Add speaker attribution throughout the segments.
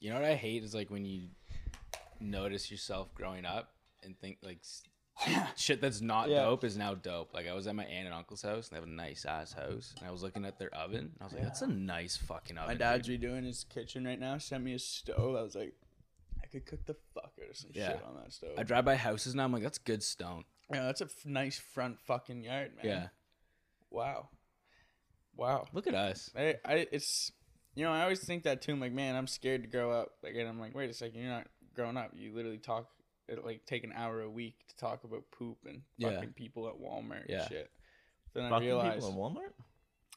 Speaker 1: You know what I hate is like when you notice yourself growing up and think like s- shit that's not
Speaker 2: Yeah.
Speaker 1: dope is now dope. Like I was at my aunt and uncle's house and they have a nice ass house and I was looking at their oven and I was like, that's a nice fucking oven.
Speaker 2: My
Speaker 1: dude."
Speaker 2: dad's redoing his kitchen right now. Sent me a stove. I was like, I could cook the fuck out of some
Speaker 1: Yeah.
Speaker 2: shit on that stove.
Speaker 1: I drive by houses now. I'm like, that's good stone.
Speaker 2: yeah, that's a f- nice front fucking yard, man.
Speaker 1: Yeah.
Speaker 2: Wow. Wow.
Speaker 1: Look at us.
Speaker 2: I, I, it's, you know, I always think that too. I'm like, man, I'm scared to grow up. Like, and I'm like, wait a second, you're not growing up. You literally talk, it like take an hour a week to talk about poop and
Speaker 1: Yeah.
Speaker 2: fucking people at Walmart
Speaker 1: Yeah.
Speaker 2: and shit. Then I
Speaker 3: Fucking
Speaker 2: realized,
Speaker 3: people in Walmart.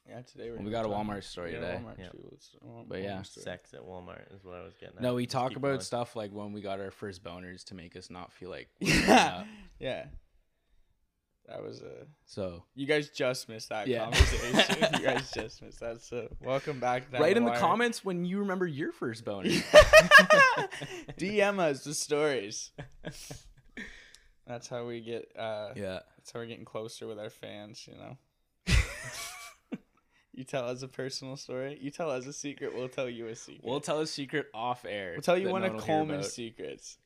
Speaker 2: yeah, today we're
Speaker 1: Well, we got a
Speaker 2: doing-
Speaker 1: Walmart story
Speaker 2: yeah,
Speaker 1: today.
Speaker 2: Walmart
Speaker 3: Yeah.
Speaker 2: too. Let's- uh, Walmart
Speaker 1: But yeah.
Speaker 2: story.
Speaker 3: Sex at Walmart is what I was getting.
Speaker 1: No,
Speaker 3: at.
Speaker 1: we
Speaker 3: Just
Speaker 1: talk
Speaker 3: keep
Speaker 1: about
Speaker 3: going.
Speaker 1: stuff like when we got our first boners to make us not feel like. we're growing
Speaker 2: yeah,
Speaker 1: up.
Speaker 2: yeah. That was a.
Speaker 1: So
Speaker 2: You guys just missed that
Speaker 1: Yeah.
Speaker 2: conversation. you guys just missed that. So welcome back. Down
Speaker 1: write in the
Speaker 2: wire.
Speaker 1: comments when you remember your first boner.
Speaker 2: DM us the stories. That's how we get. Uh,
Speaker 1: yeah.
Speaker 2: That's how we're getting closer with our fans. You know. you tell us a personal story. You tell us a secret. We'll tell you a secret.
Speaker 1: We'll tell a secret off air.
Speaker 2: We'll tell you
Speaker 1: that
Speaker 2: one
Speaker 1: no
Speaker 2: of
Speaker 1: will hear
Speaker 2: Coleman's
Speaker 1: about.
Speaker 2: secrets.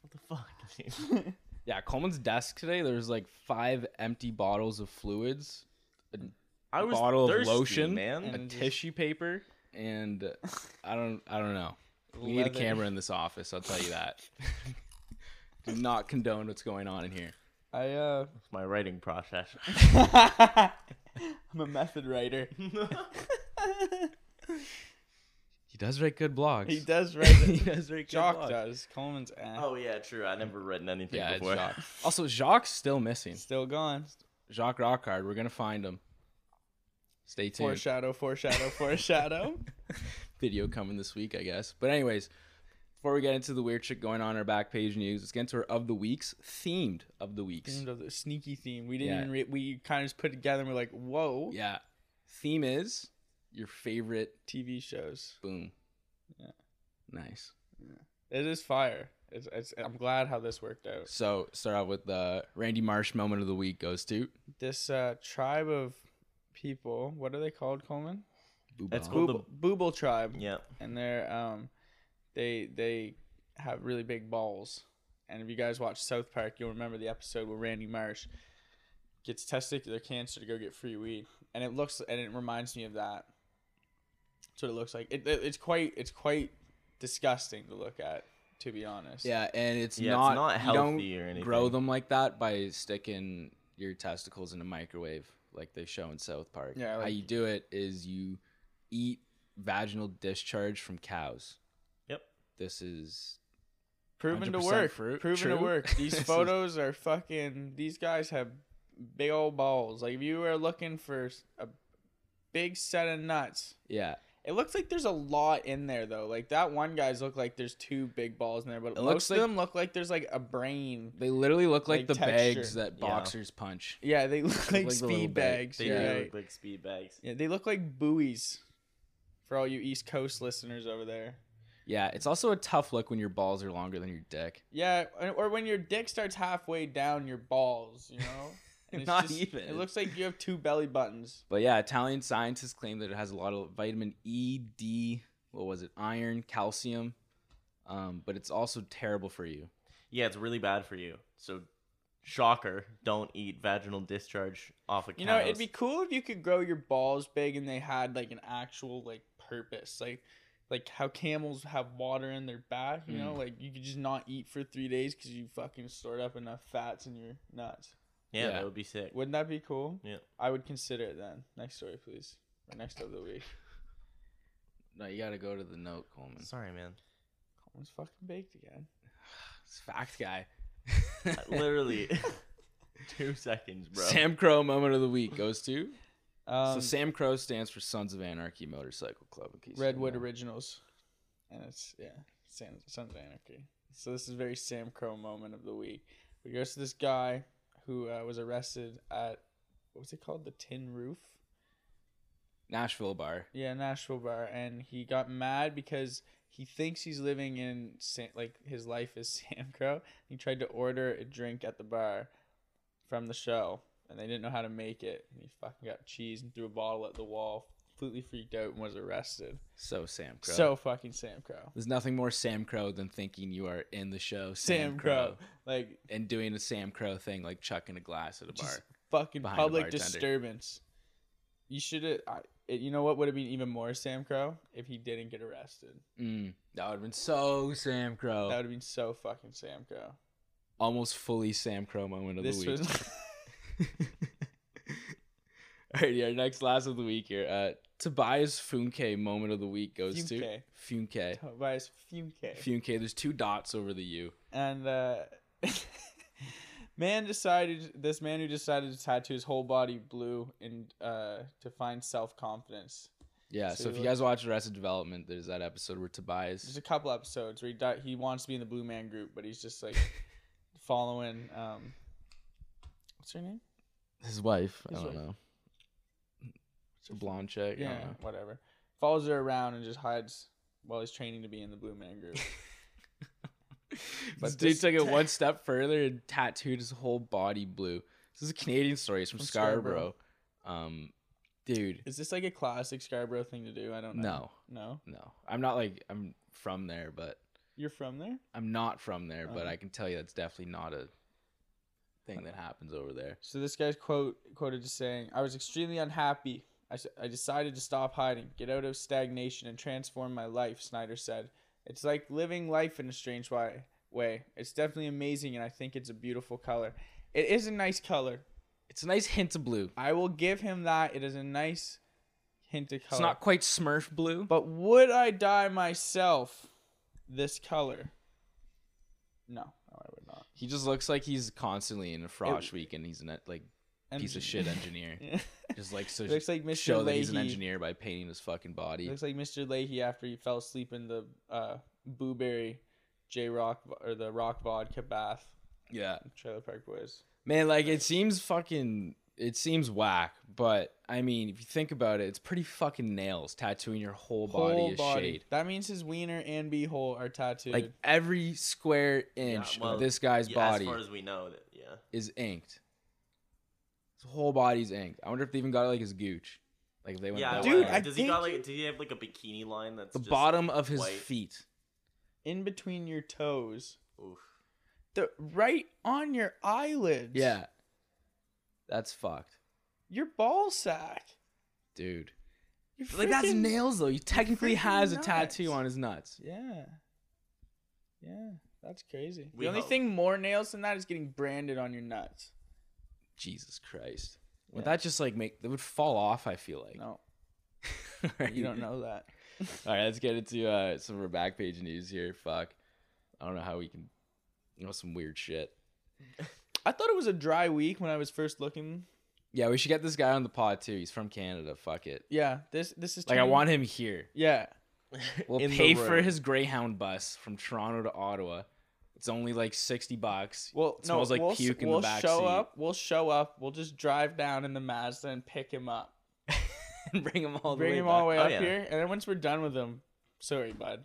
Speaker 3: What the fuck? dude?
Speaker 1: Yeah, Coleman's desk today. There was like five empty bottles of fluids,
Speaker 3: I was
Speaker 1: bottle of
Speaker 3: thirsty,
Speaker 1: lotion,
Speaker 3: man.
Speaker 1: a
Speaker 2: And just-
Speaker 1: tissue paper, and uh, I don't, I don't know. We need a
Speaker 2: Leather.
Speaker 1: camera in this office. I'll tell you that. Do not condone what's going on in here.
Speaker 2: I uh.
Speaker 3: It's my writing process.
Speaker 2: I'm a method writer.
Speaker 1: He does write good blogs.
Speaker 2: He does write.
Speaker 1: he does write good
Speaker 2: Jock
Speaker 1: blogs.
Speaker 2: does. Coleman's eh, ass.
Speaker 3: oh yeah, true. I never written anything
Speaker 1: Yeah, it's
Speaker 3: before.
Speaker 1: Jacques. Also, Jacques still missing.
Speaker 2: Still gone.
Speaker 1: Jacques Rockhard. We're gonna find him. Stay tuned.
Speaker 2: Foreshadow, foreshadow, foreshadow.
Speaker 1: video coming this week, I guess. But anyways, before we get into the weird shit going on in our back page news, let's get into our of the weeks themed of the weeks.
Speaker 2: Themed of the sneaky theme. We didn't
Speaker 1: Yeah.
Speaker 2: even re- we kind of just put it together and we're like, whoa,
Speaker 1: Yeah, theme is your favorite.
Speaker 2: TV shows.
Speaker 1: Boom.
Speaker 2: Yeah.
Speaker 1: Nice.
Speaker 2: It is fire. It's, it's I'm glad how this worked out.
Speaker 1: So start out with the Randy Marsh moment of the week goes to.
Speaker 2: This uh, tribe of people, what are they called, Coleman?
Speaker 1: Boo
Speaker 3: That's
Speaker 1: Bomb.
Speaker 3: Called
Speaker 2: Booble, Booble tribe.
Speaker 3: Yeah.
Speaker 2: And they're um they they have really big balls. And if you guys watch South Park, you'll remember the episode where Randy Marsh gets testicular cancer to go get free weed, and it looks and it reminds me of that. That's what it looks like. It, it- it's quite it's quite disgusting to look at, to be honest.
Speaker 1: Yeah, and it's
Speaker 3: Yeah,
Speaker 1: not
Speaker 3: it's not
Speaker 1: you don't
Speaker 3: healthy or anything.
Speaker 1: Grow them like that by sticking your testicles in a microwave, like they show in South Park.
Speaker 2: Yeah,
Speaker 1: how
Speaker 2: like-
Speaker 1: you do it is you eat vaginal discharge from cows.
Speaker 3: Yep.
Speaker 1: This is
Speaker 2: proven to
Speaker 1: 100%
Speaker 2: work.
Speaker 1: fruit-
Speaker 2: proven to
Speaker 1: true.
Speaker 2: work. These
Speaker 1: This is-
Speaker 2: photos are fucking. These guys have big old balls. Like if you are looking for a big set of nuts,
Speaker 1: yeah.
Speaker 2: It looks like there's a lot in there though. Like that one guy's look like there's two big balls in there, but
Speaker 1: It
Speaker 2: most
Speaker 1: looks
Speaker 2: of
Speaker 1: like-
Speaker 2: them look like there's like a brain.
Speaker 1: They literally look like,
Speaker 2: Like
Speaker 1: the
Speaker 2: texture.
Speaker 1: bags that
Speaker 3: Yeah.
Speaker 1: boxers punch.
Speaker 2: Yeah, they look like,
Speaker 1: like the little
Speaker 2: speed
Speaker 1: bit.
Speaker 2: bags.
Speaker 3: They
Speaker 2: yeah.
Speaker 3: do look like speed bags.
Speaker 2: yeah, they look like buoys. For all you East Coast listeners over there.
Speaker 1: Yeah, it's also a tough look when your balls are longer than your dick.
Speaker 2: Yeah, or- or when your dick starts halfway down your balls, you know. And
Speaker 1: Not even.
Speaker 2: It looks like you have two belly buttons.
Speaker 1: But yeah, Italian scientists claim that it has a lot of vitamin E, D, what was it, iron, calcium, um, but it's also terrible for you.
Speaker 3: Yeah, it's really bad for you. So, shocker, don't eat vaginal discharge off of cows.
Speaker 2: You know, it'd be cool if you could grow your balls big and they had like an actual like purpose, like like how camels have water in their back. You
Speaker 3: Mm.
Speaker 2: know, like you could just not eat for three days because you fucking stored up enough fats in your nuts.
Speaker 3: yeah,
Speaker 1: yeah.
Speaker 3: that would be sick.
Speaker 2: Wouldn't that be cool?
Speaker 3: Yeah.
Speaker 2: I would consider it then. Next story, please. Or next of the week.
Speaker 1: No, you got to go to the note, Coleman.
Speaker 3: Sorry, man.
Speaker 2: Coleman's fucking baked again.
Speaker 1: It's fact guy.
Speaker 3: Literally, two seconds, bro.
Speaker 1: Sam Crow moment of the week goes to. so
Speaker 2: Um,
Speaker 1: Sam Crow stands for Sons of Anarchy Motorcycle Club. In case you
Speaker 2: Redwood
Speaker 1: didn't know.
Speaker 2: Originals, and it's yeah, San, Sons of Anarchy. So this is very Sam Crow moment of the week. We goes to this guy who uh, was arrested at what was it called, the Tin Roof?
Speaker 1: Nashville bar.
Speaker 2: Yeah, Nashville bar, and he got mad because he thinks he's living in San, like his life is Sam Crow. He tried to order a drink at the bar from the show, and they didn't know how to make it. And he fucking got cheese and threw a bottle at the wall. completely freaked out and was arrested.
Speaker 1: So Sam Crow.
Speaker 2: So fucking Sam Crow.
Speaker 1: there's nothing more Sam Crow than thinking you are in the show
Speaker 2: Sam, Crow. Like
Speaker 1: and doing a Sam Crow thing like chucking a glass at a
Speaker 2: Just-
Speaker 1: bar.
Speaker 2: fucking
Speaker 1: Behind a
Speaker 2: public
Speaker 1: bartender.
Speaker 2: disturbance. You should have. You know what would have been even more Sam Crow if he didn't get arrested.
Speaker 1: Mm, that would have been so Sam Crow.
Speaker 2: That would have been so fucking Sam Crow.
Speaker 1: Almost fully Sam Crow moment of
Speaker 2: This
Speaker 1: the week.
Speaker 2: was
Speaker 1: All right, our next last of the week here. Uh, Tobias Funke moment of the week goes
Speaker 2: Funke.
Speaker 1: to Funke.
Speaker 2: Tobias Fumke.
Speaker 1: Funke. There's two dots over the U.
Speaker 2: and uh, man decided this man who decided to tattoo his whole body blue and uh, to find self confidence.
Speaker 1: Yeah. So,
Speaker 2: So you
Speaker 1: if you
Speaker 2: look-
Speaker 1: guys watch Arrested Development, there's that episode where Tobias.
Speaker 2: There's a couple episodes where he di- he wants to be in the Blue Man Group, but he's just like following um, what's her name?
Speaker 1: His wife.
Speaker 2: His
Speaker 1: I don't
Speaker 2: wife.
Speaker 1: know. It's a blonde chick. I
Speaker 2: Yeah,
Speaker 1: don't know.
Speaker 2: whatever. Follows her around and just hides while he's training to be in the Blue Man Group.
Speaker 1: But
Speaker 2: But
Speaker 1: this dude
Speaker 2: this
Speaker 1: took it
Speaker 2: ta-
Speaker 1: one step further and tattooed his whole body blue. This is a Canadian story. It's from,
Speaker 2: From
Speaker 1: Scarborough.
Speaker 2: Scarborough.
Speaker 1: Um, dude,
Speaker 2: Is this like a classic Scarborough thing to do? I don't know.
Speaker 1: no,
Speaker 2: No,
Speaker 1: no. I'm not like I'm from there, but
Speaker 2: you're from there.
Speaker 1: I'm not from there. But
Speaker 2: Oh.
Speaker 1: I can tell you that's definitely not a thing that happens over there.
Speaker 2: So this guy's quote quoted as saying, "I was extremely unhappy. I, s- I decided to stop hiding, get out of stagnation, and transform my life." Snyder said, "It's like living life in a strange way. Way. It's definitely amazing, and I think it's a beautiful color. It is a nice color.
Speaker 1: It's a nice hint of blue.
Speaker 2: I will give him that. It is a nice hint of color.
Speaker 1: It's not quite Smurf blue.
Speaker 2: but would I dye myself this color? No, no, I would not.
Speaker 1: He just looks like he's constantly in a frosh week, and he's an like
Speaker 2: And-
Speaker 1: piece of shit engineer.
Speaker 2: Yeah.
Speaker 1: Just like so,
Speaker 2: looks like Mr.
Speaker 1: show that he's an
Speaker 2: Leahy.
Speaker 1: engineer by painting his fucking body.
Speaker 2: Looks like Mr. Leahy after he fell asleep in the uh, Booberry J Rock or the Rock Vodka bath.
Speaker 1: Yeah.
Speaker 2: Trailer Park Boys.
Speaker 1: Man, like it seems fucking it seems whack, but I mean, if you think about it, it's pretty fucking nails tattooing your whole body
Speaker 2: Whole
Speaker 1: is
Speaker 2: body.
Speaker 1: shade.
Speaker 2: That means his wiener and beehole are tattooed.
Speaker 1: Like every square inch
Speaker 3: well,
Speaker 1: of this guy's
Speaker 3: Yeah,
Speaker 1: body
Speaker 3: As far as we know, that, yeah.
Speaker 1: is inked. His whole body's inked. I wonder if they even got like his gooch. Like if they went
Speaker 3: Yeah,
Speaker 1: that
Speaker 3: I
Speaker 2: Dude,
Speaker 1: way.
Speaker 3: wonder.
Speaker 2: I
Speaker 3: does he got
Speaker 2: think-
Speaker 3: like? Did he have like a bikini line that's
Speaker 1: the
Speaker 3: just
Speaker 1: bottom of his
Speaker 3: white?
Speaker 1: feet.
Speaker 2: in between your toes,
Speaker 3: Oof.
Speaker 2: the right on your eyelids.
Speaker 1: Yeah. That's fucked,
Speaker 2: Your ball sack.
Speaker 1: dude.
Speaker 2: Your
Speaker 1: like that's
Speaker 2: freaking-
Speaker 1: nails though. He technically
Speaker 2: freaking
Speaker 1: has a
Speaker 2: nuts.
Speaker 1: tattoo on his nuts.
Speaker 2: Yeah. Yeah. That's crazy.
Speaker 3: We
Speaker 2: the only
Speaker 3: hope.
Speaker 2: thing more nails than that is getting branded on your nuts.
Speaker 1: Jesus Christ. Would
Speaker 2: Yeah.
Speaker 1: that just like make that would fall off, I feel like.
Speaker 2: No,
Speaker 1: Right?
Speaker 2: you don't know that.
Speaker 1: All right, let's get into uh, some of our back page news here. Fuck, I don't know how we can, you know, some weird shit.
Speaker 2: I thought it was a dry week when I was first looking.
Speaker 1: Yeah, we should get this guy on the pod too. He's from Canada. Fuck it.
Speaker 2: Yeah, this this is
Speaker 1: Like I
Speaker 2: turning-
Speaker 1: want him here.
Speaker 2: Yeah,
Speaker 1: We'll
Speaker 3: In the
Speaker 1: pay for
Speaker 3: room.
Speaker 1: his Greyhound bus from Toronto to Ottawa. It's only like sixty bucks.
Speaker 2: well,
Speaker 1: It
Speaker 2: no,
Speaker 1: smells like
Speaker 2: we'll, s-
Speaker 1: puke in the
Speaker 2: we'll
Speaker 1: back
Speaker 2: show
Speaker 1: seat.
Speaker 2: up. We'll show up. We'll just drive down in the Mazda and pick him up.
Speaker 1: and bring him all the
Speaker 2: Bring
Speaker 1: way.
Speaker 2: him all
Speaker 1: back.
Speaker 2: the way
Speaker 3: Oh,
Speaker 2: up
Speaker 3: yeah.
Speaker 2: here, and then once we're done with him, sorry, bud.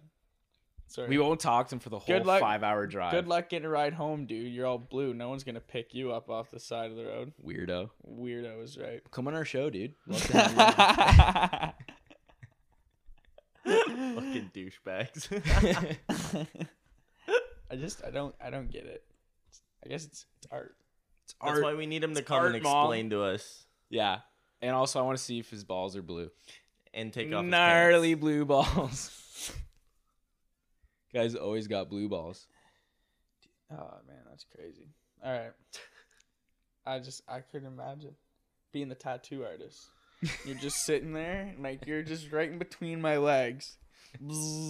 Speaker 2: Sorry.
Speaker 1: We won't talk to him for the whole
Speaker 2: Good luck-
Speaker 1: five-hour drive.
Speaker 2: Good luck getting a ride home, dude. You're all blue. No one's gonna pick you up off the side of the road.
Speaker 1: weirdo.
Speaker 2: Weirdo is right.
Speaker 1: Come on our show, dude. Love to have you on.
Speaker 2: Fucking
Speaker 3: Fucking douchebags.
Speaker 2: I just I don't I don't get it. I guess it's, it's art.
Speaker 1: It's
Speaker 3: That's
Speaker 1: art.
Speaker 3: why we need him to come and
Speaker 1: art, Mom.
Speaker 3: explain to us
Speaker 1: Yeah, and also I want to see if his balls are blue.
Speaker 3: and take off. his
Speaker 1: gnarly
Speaker 3: pants.
Speaker 1: blue balls. Guys always got blue balls.
Speaker 2: Oh man, that's crazy. All right. I just I couldn't imagine being the tattoo artist. You're just sitting there, and, like you're just right in between my legs.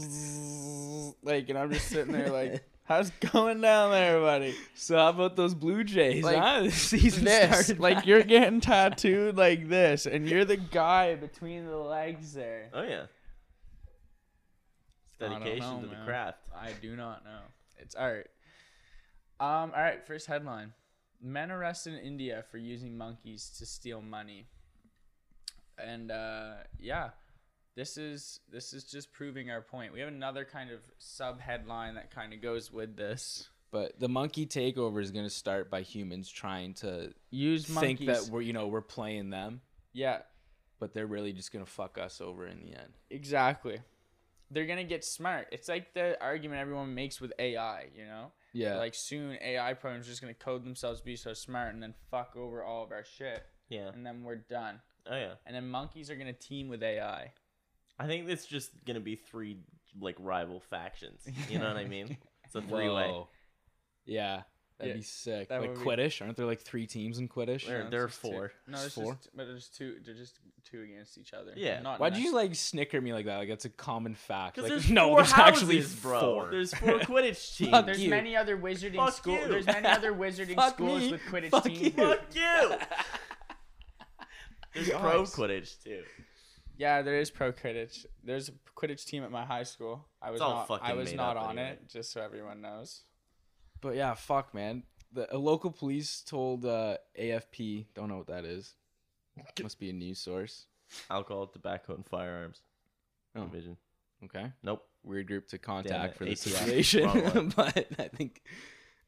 Speaker 2: Bzzz, Like, and I'm just sitting there, like, how's it going down there, buddy?
Speaker 1: So how about those Blue Jays?
Speaker 2: Like
Speaker 1: huh? The season
Speaker 2: This,
Speaker 1: started
Speaker 2: like,
Speaker 1: back.
Speaker 2: you're getting tattooed like this, and you're the guy between the legs there.
Speaker 3: Oh yeah. It's
Speaker 2: I don't
Speaker 3: dedication
Speaker 2: know,
Speaker 3: to the
Speaker 2: man.
Speaker 3: craft.
Speaker 2: I do not know. It's all right. Um, all right. First headline: Men arrested in India for using monkeys to steal money. And uh, yeah, this is this is just proving our point. We have another kind of sub headline that kind of goes with this.
Speaker 1: But the monkey takeover is gonna start by humans trying to
Speaker 2: Use monkeys.
Speaker 1: think that we're you know we're playing them,
Speaker 2: yeah,
Speaker 1: but they're really just gonna fuck us over in the end.
Speaker 2: Exactly. They're gonna get smart. It's like the argument everyone makes with AI, you know?
Speaker 1: Yeah,
Speaker 2: Like soon AI programs are just gonna code themselves to be so smart and then fuck over all of our shit
Speaker 3: Yeah.
Speaker 2: and then we're done.
Speaker 3: Oh yeah.
Speaker 2: And then monkeys are gonna team with AI.
Speaker 3: I think it's just gonna be three like rival factions. You know what I mean? It's a three way.
Speaker 1: Whoa. Yeah, that'd
Speaker 2: Yeah,
Speaker 1: be sick.
Speaker 2: that
Speaker 1: like
Speaker 2: would be-
Speaker 1: Quidditch, aren't there like three teams in Quidditch?
Speaker 3: There-
Speaker 2: No,
Speaker 3: there are
Speaker 2: it's just two-
Speaker 3: four.
Speaker 2: No,
Speaker 1: It's
Speaker 2: it's
Speaker 1: four?
Speaker 2: just but there's two they're just two against each other.
Speaker 3: Yeah.
Speaker 2: Not
Speaker 1: Why'd
Speaker 2: next-
Speaker 1: you like snicker me like that? Like that's a common fact.
Speaker 3: Because
Speaker 1: Like
Speaker 3: there's
Speaker 1: no,
Speaker 3: four
Speaker 1: there's
Speaker 3: houses,
Speaker 1: actually
Speaker 3: bro.
Speaker 1: four.
Speaker 3: There's four Quidditch teams.
Speaker 1: Fuck
Speaker 2: there's
Speaker 1: you.
Speaker 2: many other wizarding
Speaker 3: Fuck
Speaker 2: schools.
Speaker 3: you.
Speaker 2: There's many other wizarding
Speaker 1: Fuck
Speaker 2: schools
Speaker 1: me.
Speaker 2: with Quidditch
Speaker 1: Fuck
Speaker 2: teams.
Speaker 1: you.
Speaker 3: Fuck you. There's pro
Speaker 2: Yikes.
Speaker 3: Quidditch too.
Speaker 2: Yeah, there is pro Quidditch. There's a Quidditch team at my high school. I was
Speaker 3: all
Speaker 2: not, I
Speaker 3: fucking
Speaker 2: was
Speaker 3: made
Speaker 2: not
Speaker 3: up
Speaker 2: on
Speaker 3: anyway.
Speaker 2: it, just so everyone knows.
Speaker 1: But yeah, fuck, man. The a local police told uh, AFP, don't know what that is. Must be a news source.
Speaker 3: Alcohol, tobacco, and firearms.
Speaker 1: Oh.
Speaker 3: Division.
Speaker 1: Okay,
Speaker 3: Nope.
Speaker 1: weird group to
Speaker 3: it,
Speaker 1: contact for the
Speaker 3: ATF. Wrong
Speaker 1: situation. but I think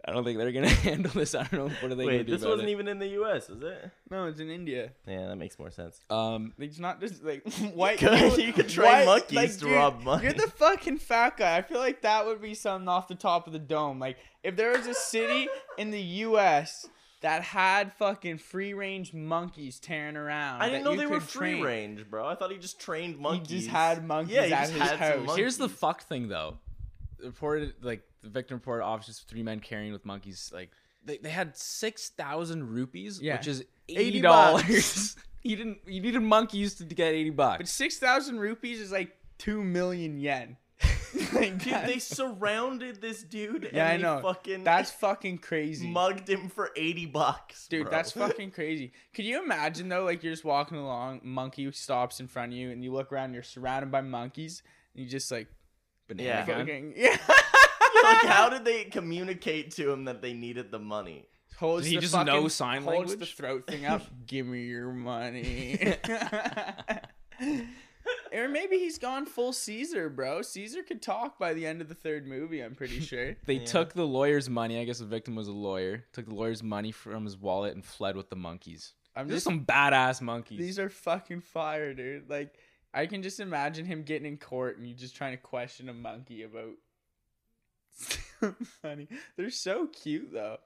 Speaker 1: I don't think they're gonna handle this. I don't know what are they gonna
Speaker 3: Wait,
Speaker 1: do
Speaker 3: this
Speaker 1: about
Speaker 3: wasn't
Speaker 1: it.
Speaker 3: even in the U.S., was it?
Speaker 2: No, it's in India.
Speaker 3: Yeah, that makes more sense.
Speaker 1: um,
Speaker 2: It's not just like white.
Speaker 3: could-
Speaker 2: people-
Speaker 3: you could train
Speaker 2: white-
Speaker 3: monkeys to
Speaker 2: dude,
Speaker 3: rob money.
Speaker 2: You're the fucking fat guy. I feel like that would be something off the top of the dome. Like if there was a city in the U.S. that had fucking free range monkeys tearing around,
Speaker 3: I didn't
Speaker 2: that
Speaker 3: know
Speaker 2: you
Speaker 3: they were
Speaker 2: could
Speaker 3: free
Speaker 2: train.
Speaker 3: range, bro. I thought he just trained
Speaker 2: He
Speaker 3: monkeys.
Speaker 2: just had monkeys
Speaker 3: Yeah, he
Speaker 2: at
Speaker 3: just
Speaker 2: his
Speaker 3: had some
Speaker 2: house.
Speaker 3: monkeys.
Speaker 1: Here's the
Speaker 3: monkeys.
Speaker 1: fuck thing though. Reported like the victim reported officers three men carrying with monkeys. Like they, they had six thousand rupees,
Speaker 2: Yeah.
Speaker 1: which is
Speaker 2: 80
Speaker 1: eighty
Speaker 2: bucks.
Speaker 1: dollars. you didn't you needed monkeys to get eighty bucks.
Speaker 2: But six thousand rupees is like two million yen. Like,
Speaker 3: Dude,
Speaker 2: that-
Speaker 3: they surrounded this dude.
Speaker 2: Yeah,
Speaker 3: and
Speaker 2: I
Speaker 3: they
Speaker 2: know.
Speaker 3: Fucking
Speaker 2: that's fucking crazy,
Speaker 3: mugged him for eighty bucks,
Speaker 2: dude.
Speaker 3: bro.
Speaker 2: That's fucking crazy. Could you imagine though? Like you're just walking along, monkey stops in front of you, and you look around, you're surrounded by monkeys, and you just like
Speaker 1: Banana
Speaker 3: Yeah.
Speaker 1: gun.
Speaker 2: fucking yeah.
Speaker 3: like, how did they communicate to him that they needed the money?
Speaker 2: holds
Speaker 1: Did he
Speaker 2: the
Speaker 1: just
Speaker 2: fucking,
Speaker 1: know sign
Speaker 2: holds the
Speaker 1: language?
Speaker 2: throat thing up. Give me your money. or maybe he's gone full Caesar, bro. Caesar could talk by the end of the third movie. I'm pretty sure.
Speaker 1: They
Speaker 3: Yeah.
Speaker 1: took the lawyer's money. I guess the victim was a lawyer. Took the lawyer's money from his wallet and fled with the monkeys.
Speaker 2: I'm
Speaker 1: These are
Speaker 2: just
Speaker 1: some badass monkeys.
Speaker 2: These are fucking fire, dude. Like, I can just imagine him getting in court and you just trying to question a monkey about money. They're so cute, though.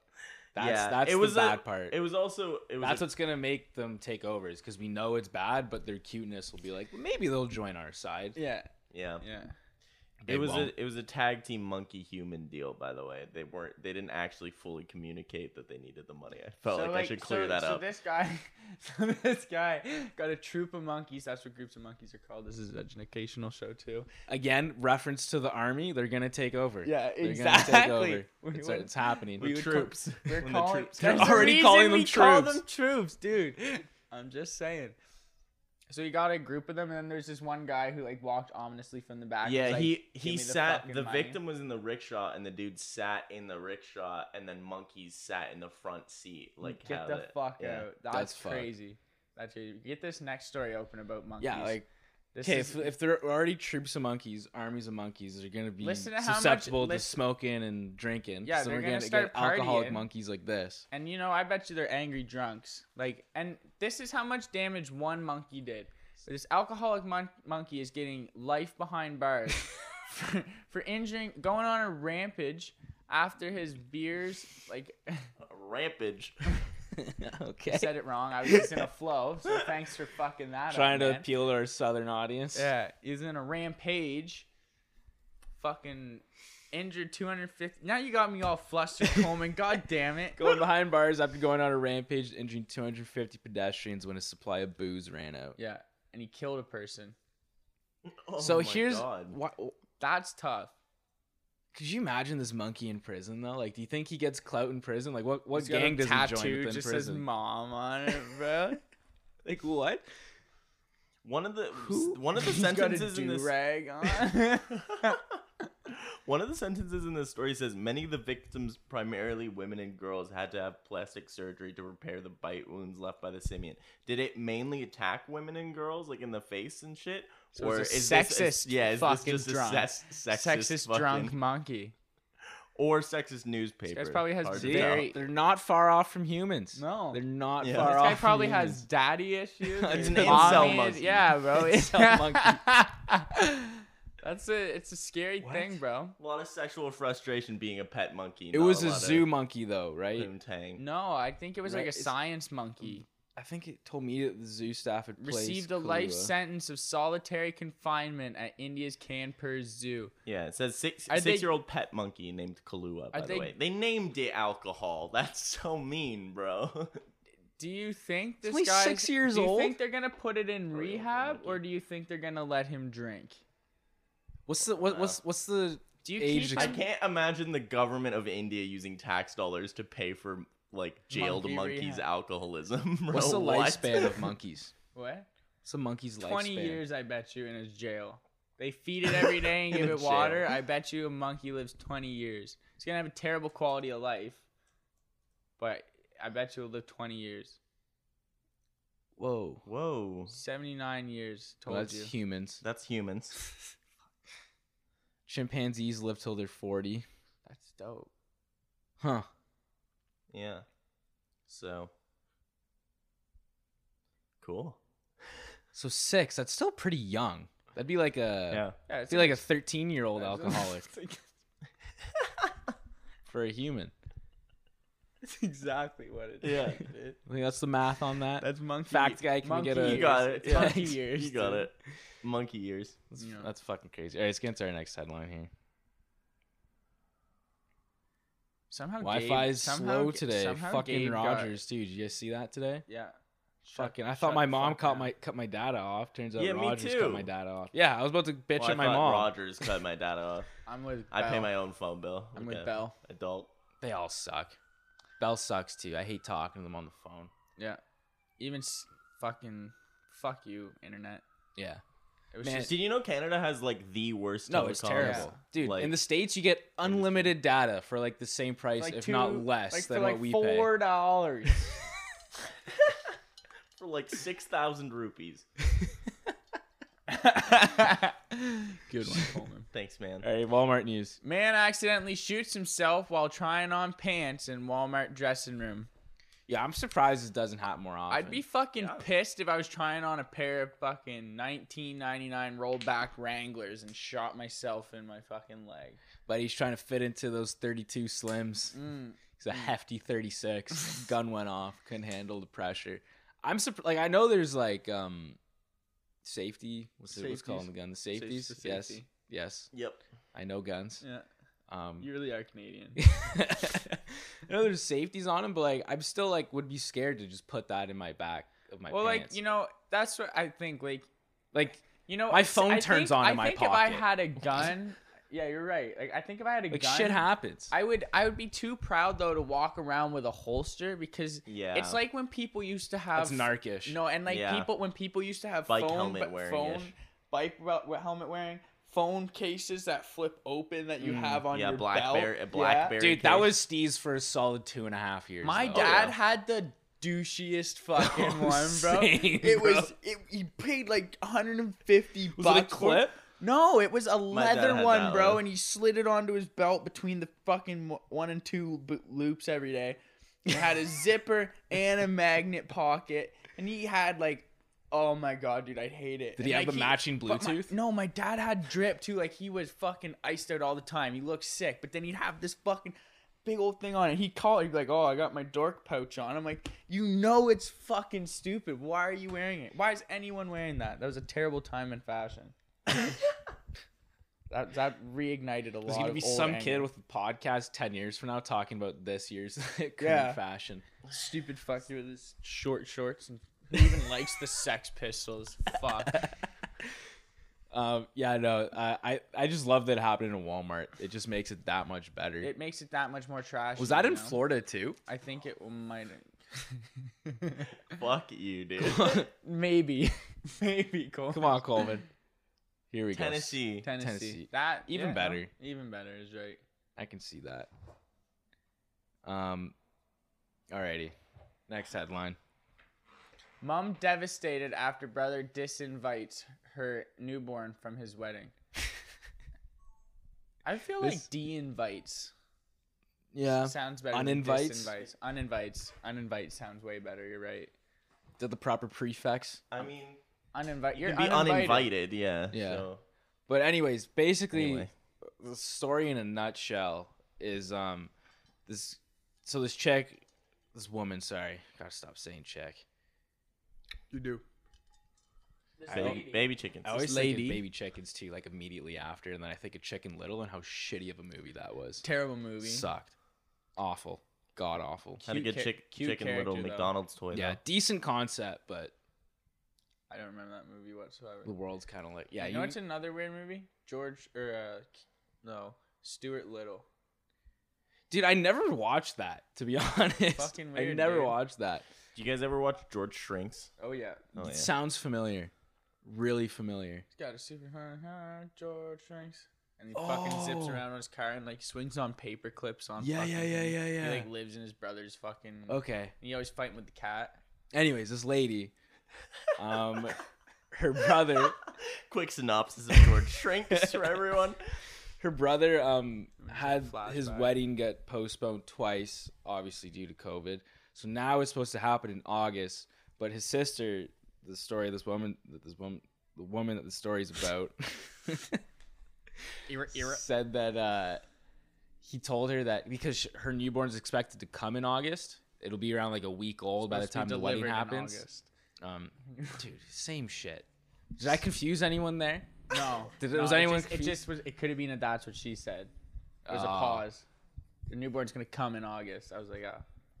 Speaker 1: that's
Speaker 3: Yeah,
Speaker 1: that's
Speaker 3: it
Speaker 1: the
Speaker 3: was a-
Speaker 1: bad part.
Speaker 3: It was also it was
Speaker 1: that's
Speaker 3: a,
Speaker 1: what's gonna make them take over is because we know it's bad, but their cuteness will be like maybe they'll join our side.
Speaker 2: Yeah,
Speaker 3: yeah.
Speaker 2: yeah.
Speaker 1: They
Speaker 3: it was
Speaker 1: won't.
Speaker 3: a it was a tag team monkey human deal. By the way, they weren't they didn't actually fully communicate that they needed the money. I felt like, I should clear
Speaker 2: so,
Speaker 3: that
Speaker 2: so
Speaker 3: up.
Speaker 2: this guy, so this guy got a troop of monkeys. That's what groups of monkeys are called. This is an educational show too.
Speaker 1: Again, reference to the army. They're gonna take over.
Speaker 2: Yeah,
Speaker 1: They're
Speaker 2: exactly.
Speaker 1: Gonna take
Speaker 2: We
Speaker 1: over. It's,
Speaker 2: would-
Speaker 1: it's happening.
Speaker 2: we
Speaker 3: the
Speaker 2: would call-
Speaker 3: troops.
Speaker 2: We're
Speaker 3: When the
Speaker 2: calling.
Speaker 3: troops
Speaker 2: There's
Speaker 3: come.
Speaker 2: a
Speaker 1: already
Speaker 2: reason
Speaker 1: calling
Speaker 2: we
Speaker 1: them
Speaker 2: Call
Speaker 1: troops.
Speaker 2: them troops, dude. I'm just saying. So you got a group of them, and then there's this one guy who like walked ominously from the back.
Speaker 3: yeah,
Speaker 2: He's like,
Speaker 3: he
Speaker 2: "Give me
Speaker 3: he
Speaker 2: the
Speaker 3: sat
Speaker 2: fucking
Speaker 3: the
Speaker 2: money."
Speaker 3: victim was in the rickshaw and the dude sat in the rickshaw and then monkeys sat in the front seat like
Speaker 2: get
Speaker 3: how
Speaker 2: the
Speaker 3: that-
Speaker 2: fuck
Speaker 3: yeah.
Speaker 2: out. That's,
Speaker 1: That's fucked.
Speaker 2: crazy. That's crazy. Get this next story open about monkeys.
Speaker 1: yeah, like
Speaker 2: this
Speaker 1: okay,
Speaker 2: is-
Speaker 1: if, if there are already troops of monkeys, armies of monkeys are gonna be
Speaker 2: Listen to how much-
Speaker 1: susceptible to
Speaker 2: listen-
Speaker 1: smoking and drinking.
Speaker 2: Yeah,
Speaker 1: so
Speaker 2: they're
Speaker 1: we're
Speaker 2: gonna
Speaker 1: gonna,
Speaker 2: start
Speaker 1: get alcoholic
Speaker 2: partying.
Speaker 1: monkeys like this.
Speaker 2: and you know, I bet you they're angry drunks. Like, and this is how much damage one monkey did. This alcoholic mon- monkey is getting life behind bars for, for injuring, going on a rampage after his beers. Like,
Speaker 3: rampage.
Speaker 1: okay.
Speaker 2: said it wrong. I was just in a flow. So thanks for fucking that.
Speaker 1: Trying
Speaker 2: up,
Speaker 1: to
Speaker 2: man.
Speaker 1: appeal to our southern audience.
Speaker 2: Yeah, he's in a rampage. Fucking injured 250. Now you got me all flustered, Coleman. God damn it.
Speaker 1: Going behind bars after going on a rampage, injuring 250 pedestrians when a supply of booze ran out.
Speaker 2: Yeah, and he killed a person.
Speaker 3: Oh
Speaker 1: so
Speaker 3: my
Speaker 1: here's
Speaker 3: God.
Speaker 1: why-
Speaker 2: That's tough.
Speaker 1: Could you imagine this monkey in prison though? Like, do you think he gets clout in prison? Like, what what
Speaker 2: He's got a
Speaker 1: gang does he join
Speaker 2: tattoo
Speaker 1: within
Speaker 2: just says
Speaker 1: prison?
Speaker 2: mom on it, bro.
Speaker 1: like, what?
Speaker 3: one of the
Speaker 1: Who-
Speaker 3: one of the
Speaker 2: He's got a
Speaker 3: sentences in this
Speaker 2: rag on.
Speaker 3: One of the sentences in this story says many of the victims, primarily women and girls, had to have plastic surgery to repair the bite wounds left by the simian. Did it mainly attack women and girls, like in the face and shit?
Speaker 2: So it's a
Speaker 3: this a-
Speaker 2: sexist
Speaker 3: yeah, is
Speaker 2: fucking
Speaker 3: this just
Speaker 2: drunk.
Speaker 3: a ses- sexist,
Speaker 2: Sexist
Speaker 3: fucking-
Speaker 2: drunk monkey.
Speaker 3: or sexist
Speaker 2: This
Speaker 3: newspaper.
Speaker 2: guy probably has
Speaker 3: Hard to tell.
Speaker 2: very.
Speaker 1: They're not far off from humans.
Speaker 2: No.
Speaker 1: They're not
Speaker 3: Yeah.
Speaker 1: far
Speaker 2: This
Speaker 1: off.
Speaker 2: guy probably
Speaker 1: from
Speaker 2: has daddy issues.
Speaker 1: It's
Speaker 2: and
Speaker 1: an
Speaker 2: mommy
Speaker 3: incel
Speaker 2: is-
Speaker 3: monkey.
Speaker 2: Yeah, bro.
Speaker 1: Incel
Speaker 2: monkey. That's a. It's a scary
Speaker 3: What?
Speaker 2: thing, bro.
Speaker 3: a lot of sexual frustration being a pet monkey.
Speaker 1: It
Speaker 3: not
Speaker 1: was a
Speaker 3: lot of
Speaker 1: zoo monkey though, right?
Speaker 3: Poontang.
Speaker 2: No, I think it was
Speaker 1: Right,
Speaker 2: like a
Speaker 1: it's-
Speaker 2: science monkey.
Speaker 1: I think it told me that the zoo staff had placed
Speaker 2: Received a life
Speaker 1: Kalua.
Speaker 2: sentence of solitary confinement at India's Kanpur Zoo.
Speaker 3: Yeah, it says six
Speaker 2: Are they-
Speaker 3: six year old pet monkey named Kalua. By
Speaker 2: Are
Speaker 3: the
Speaker 2: they-
Speaker 3: way, they named it alcohol. That's so mean, bro.
Speaker 2: Do you think this
Speaker 1: only
Speaker 2: guy
Speaker 1: six years
Speaker 2: Do you
Speaker 1: old?
Speaker 2: think they're gonna put it in
Speaker 3: Real
Speaker 2: rehab,
Speaker 3: monkey.
Speaker 2: or do you think they're gonna let him drink?
Speaker 1: What's the what,
Speaker 2: Uh,
Speaker 1: what's what's the
Speaker 2: Do you
Speaker 1: Age
Speaker 2: keep
Speaker 1: ex-
Speaker 3: I
Speaker 2: on-
Speaker 3: can't imagine the government of India using tax dollars to pay for like jailed
Speaker 2: Monkey
Speaker 3: monkeys'
Speaker 2: rehab.
Speaker 3: alcoholism. Bro.
Speaker 1: what's the
Speaker 3: What?
Speaker 1: lifespan of monkeys?
Speaker 2: what?
Speaker 1: What's a monkey's
Speaker 2: 20
Speaker 1: lifespan?
Speaker 2: years, I bet you, in his jail. They feed it every day and
Speaker 3: In
Speaker 2: give
Speaker 3: a
Speaker 2: it water.
Speaker 3: jail.
Speaker 2: I bet you a monkey lives 20 years. It's going to have a terrible quality of life, but I bet you it'll live 20 years.
Speaker 1: Whoa,
Speaker 3: Whoa,
Speaker 2: 79 years, told
Speaker 1: well, that's
Speaker 2: you.
Speaker 1: humans.
Speaker 3: that's humans.
Speaker 1: Chimpanzees live till they're forty.
Speaker 2: That's dope.
Speaker 1: Huh.
Speaker 3: Yeah. So cool.
Speaker 1: So six. That's still pretty young. That'd be like a
Speaker 3: Yeah.
Speaker 2: Yeah,
Speaker 1: I'd be like a thirteen-year-old alcoholic for a human.
Speaker 2: That's exactly what it is.
Speaker 3: Yeah.
Speaker 2: dude.
Speaker 1: I think that's the math on that.
Speaker 2: That's monkey.
Speaker 1: Fact guy, can we
Speaker 2: monkey
Speaker 1: get a-
Speaker 2: years.
Speaker 3: You got it.
Speaker 2: It's
Speaker 3: Yeah.
Speaker 2: Monkey years.
Speaker 3: You got
Speaker 2: dude.
Speaker 3: it. Monkey years.
Speaker 1: That's,
Speaker 2: Yeah.
Speaker 1: that's fucking crazy. All right, let's get into our next headline here.
Speaker 2: Somehow
Speaker 1: Wi-Fi
Speaker 2: Gabe-
Speaker 1: is
Speaker 2: somehow
Speaker 1: slow
Speaker 2: Ga-
Speaker 1: today.
Speaker 2: somehow
Speaker 1: Fucking
Speaker 2: Gabe got-
Speaker 1: Rogers, too. Did you guys see that today?
Speaker 2: yeah.
Speaker 1: Fucking, I
Speaker 2: Shut-
Speaker 1: thought
Speaker 2: shut
Speaker 1: my
Speaker 2: the
Speaker 1: mom
Speaker 2: fuck
Speaker 1: caught
Speaker 2: down.
Speaker 1: my cut my data off. Turns out
Speaker 3: Yeah, me
Speaker 1: Rogers cut
Speaker 3: too.
Speaker 1: my data off. Yeah, I was about to bitch
Speaker 3: Well, I
Speaker 1: at my
Speaker 3: thought
Speaker 1: mom.
Speaker 3: Rogers cut my data off.
Speaker 2: I'm with.
Speaker 3: I pay
Speaker 2: Bell.
Speaker 3: my own phone bill.
Speaker 2: I'm
Speaker 3: like
Speaker 2: with
Speaker 3: a
Speaker 2: Bell.
Speaker 3: Adult.
Speaker 1: They all suck. Bell sucks too. I hate talking to them on the phone.
Speaker 2: Yeah. Even s- fucking fuck you, internet.
Speaker 1: Yeah.
Speaker 2: It was
Speaker 1: Man,
Speaker 2: just
Speaker 3: Did you know Canada has like the worst?
Speaker 1: No, it's
Speaker 3: telecom?
Speaker 1: terrible,
Speaker 2: Yeah.
Speaker 1: dude.
Speaker 3: Like-
Speaker 1: in the states, you get unlimited data for like the same price,
Speaker 2: like
Speaker 1: if
Speaker 2: two-
Speaker 1: not less,
Speaker 2: like for
Speaker 1: than
Speaker 2: like
Speaker 1: what we
Speaker 2: four dollars.
Speaker 3: for like six thousand rupees.
Speaker 2: Good one, Coleman.
Speaker 3: Thanks, man.
Speaker 1: pay. All right, Walmart news.
Speaker 2: Man accidentally shoots himself while trying on pants in Walmart dressing room.
Speaker 1: Yeah, I'm surprised this doesn't happen more often.
Speaker 2: I'd be fucking
Speaker 3: Yeah.
Speaker 2: pissed if I was trying on a pair of fucking 1999 rollback Wranglers and shot myself in my fucking leg.
Speaker 1: but he's trying to fit into those 32 slims.
Speaker 2: Mm.
Speaker 1: He's a hefty 36. Gun went off. Couldn't handle the pressure. I'm surprised. Like I know there's like um safety. What's it? What's
Speaker 2: Safeties.
Speaker 1: calling the gun? The safeties.
Speaker 2: the
Speaker 1: yes.
Speaker 2: safety.
Speaker 1: Yes.
Speaker 3: Yep.
Speaker 1: I know guns.
Speaker 2: Yeah,
Speaker 1: Um.
Speaker 2: you really are Canadian.
Speaker 1: I know there's safeties on him, but like I'm still like would be scared to just put that in my back of my
Speaker 2: well,
Speaker 1: pants.
Speaker 2: like you know, that's what I think. Like
Speaker 1: like
Speaker 2: You know,
Speaker 1: My
Speaker 2: it's-
Speaker 1: phone
Speaker 2: I
Speaker 1: turns
Speaker 2: think-
Speaker 1: on
Speaker 2: I
Speaker 1: in my
Speaker 2: think If I
Speaker 1: pocket.
Speaker 2: had a gun, yeah, you're right. Like I think if I had a
Speaker 1: like
Speaker 2: gun,
Speaker 1: shit happens.
Speaker 2: I would I would be too proud though to walk around with a holster because
Speaker 3: Yeah.
Speaker 2: it's like when people used to have
Speaker 1: That's narcish.
Speaker 2: no, and like
Speaker 3: Yeah.
Speaker 2: people when people used to have
Speaker 3: Bike
Speaker 2: phone
Speaker 3: helmet
Speaker 2: but
Speaker 3: wearing-ish.
Speaker 2: phone bike wel- wel- helmet wearing phone cases that flip open that you
Speaker 1: Mm.
Speaker 2: have on
Speaker 3: yeah.
Speaker 2: your
Speaker 3: Blackberry.
Speaker 2: belt.
Speaker 3: Blackberry.
Speaker 1: Dude, that
Speaker 3: case.
Speaker 1: was Steve's for a solid two and a half years.
Speaker 2: Yeah. My
Speaker 1: though.
Speaker 2: dad
Speaker 3: yeah.
Speaker 2: had the douchiest fucking
Speaker 1: Oh,
Speaker 2: one, bro.
Speaker 1: same,
Speaker 2: it
Speaker 1: bro.
Speaker 2: was it, he paid like 150
Speaker 1: was it a
Speaker 2: bucks. for it.
Speaker 1: clip?
Speaker 2: No, it was a
Speaker 3: dad
Speaker 2: leather
Speaker 3: had
Speaker 2: one,
Speaker 3: that
Speaker 2: bro,
Speaker 3: one.
Speaker 2: and he slid it onto his belt between the fucking w- one and two b- loops every day. It had a zipper and a magnet pocket, and he had like, oh my god, dude, I'd hate it.
Speaker 1: Did he
Speaker 2: And,
Speaker 1: have
Speaker 2: like,
Speaker 1: the matching
Speaker 2: but my-
Speaker 1: Bluetooth?
Speaker 2: no, my dad had drip too. Like he was fucking iced out all the time. He looked sick, but then he'd have this fucking big old thing on, and he'd call. it. He'd be like, "Oh, I got my dork pouch on." I'm like, you know, it's fucking stupid. Why are you wearing it? Why is anyone wearing that? That was a terrible time in fashion. that that reignited a lot.
Speaker 1: There's gonna
Speaker 2: of
Speaker 1: be
Speaker 2: old
Speaker 1: some
Speaker 2: anger.
Speaker 1: kid with a podcast ten years from now talking about this year's current
Speaker 2: Yeah.
Speaker 1: fashion.
Speaker 2: stupid fucker with his short shorts and. Who even likes the Sex Pistols? Fuck.
Speaker 1: Um, yeah, no, uh, I I just love that it happened in Walmart. It just makes it that much better.
Speaker 2: It makes it that much more trash.
Speaker 1: was that in
Speaker 2: Florida?
Speaker 1: Florida too?
Speaker 2: I think it
Speaker 1: Oh.
Speaker 2: might.
Speaker 3: Fuck you, dude.
Speaker 2: Maybe, maybe Cole.
Speaker 1: Come on, Coleman. Here we go.
Speaker 3: Tennessee.
Speaker 2: Tennessee.
Speaker 1: Tennessee.
Speaker 2: That
Speaker 1: Even
Speaker 2: yeah,
Speaker 1: better.
Speaker 2: no, even better is right.
Speaker 1: I can see that. Um, alrighty. Next headline.
Speaker 2: Mom devastated after brother disinvites her newborn from his wedding. I feel
Speaker 1: This-
Speaker 2: like de-invites
Speaker 1: Yeah.
Speaker 2: Sounds better. than
Speaker 1: Uninvites?
Speaker 2: disinvites. Uninvites. Uninvite sounds way better. You're right.
Speaker 1: Did the proper prefix.
Speaker 3: I mean,
Speaker 2: Uninvite.
Speaker 3: you
Speaker 2: You're
Speaker 3: can be
Speaker 2: uninvited.
Speaker 3: uninvited. Yeah.
Speaker 1: Yeah.
Speaker 3: So,
Speaker 1: But anyways, basically
Speaker 3: Anyway.
Speaker 1: the story in a nutshell is um this so this chick this woman, sorry, gotta stop saying chick.
Speaker 2: You do.
Speaker 3: baby, baby chickens.
Speaker 1: I always
Speaker 2: lady-
Speaker 1: think of baby chickens too, like immediately after, and then I think of Chicken Little and how shitty of a movie that was.
Speaker 2: Terrible movie.
Speaker 1: Sucked. Awful. God awful.
Speaker 3: Had a
Speaker 2: Cute
Speaker 3: good
Speaker 2: cha-
Speaker 3: chick-
Speaker 2: cute
Speaker 3: chicken little
Speaker 2: character, though.
Speaker 3: McDonald's toy.
Speaker 1: Yeah,
Speaker 3: though.
Speaker 1: decent concept, but
Speaker 2: I don't remember that movie whatsoever.
Speaker 1: the world's kind of like yeah.
Speaker 2: you know what's another weird movie? George or uh, no Stuart Little.
Speaker 1: dude, I never watched that to be honest.
Speaker 2: Fucking
Speaker 1: I
Speaker 2: weird,
Speaker 1: never
Speaker 2: dude.
Speaker 1: watched that.
Speaker 3: Do you guys ever watch George Shrinks?
Speaker 2: Oh yeah,
Speaker 3: Oh yeah.
Speaker 1: It sounds familiar, really familiar.
Speaker 2: he's got a super high heart, George Shanks, and he fucking zips
Speaker 1: Oh.
Speaker 2: around on his car and like swings on paper clips on.
Speaker 1: Yeah,
Speaker 2: fucking
Speaker 1: yeah, yeah,
Speaker 2: things.
Speaker 1: yeah, yeah. Oh.
Speaker 2: He like lives in his brother's fucking.
Speaker 1: Okay.
Speaker 2: He always fighting with the cat.
Speaker 1: Anyways, this lady, um, her brother,
Speaker 3: Quick synopsis of George Shrinks for everyone.
Speaker 1: her brother, um,
Speaker 2: Just a
Speaker 1: had his
Speaker 2: flashback.
Speaker 1: wedding get postponed twice, obviously due to COVID. So now it's supposed to happen in August, but his sister, the story of this woman, that this woman, the woman that the story's about.
Speaker 2: Era, era.
Speaker 1: said that uh, he told her that because sh- her newborn's expected to come in August. It'll be around like a week old by the
Speaker 2: Supposed to be
Speaker 1: time the wedding
Speaker 2: delivered in
Speaker 1: happens.
Speaker 2: August.
Speaker 1: Um, dude, same shit. Did I confuse anyone there?
Speaker 2: No.
Speaker 1: Did-
Speaker 2: no,
Speaker 1: was
Speaker 2: it
Speaker 1: anyone
Speaker 2: just- It just,
Speaker 1: confused?
Speaker 2: was. It could have been a. That's what she said. There's a
Speaker 1: Oh.
Speaker 2: pause. The newborn's gonna come in August. I was like, oh.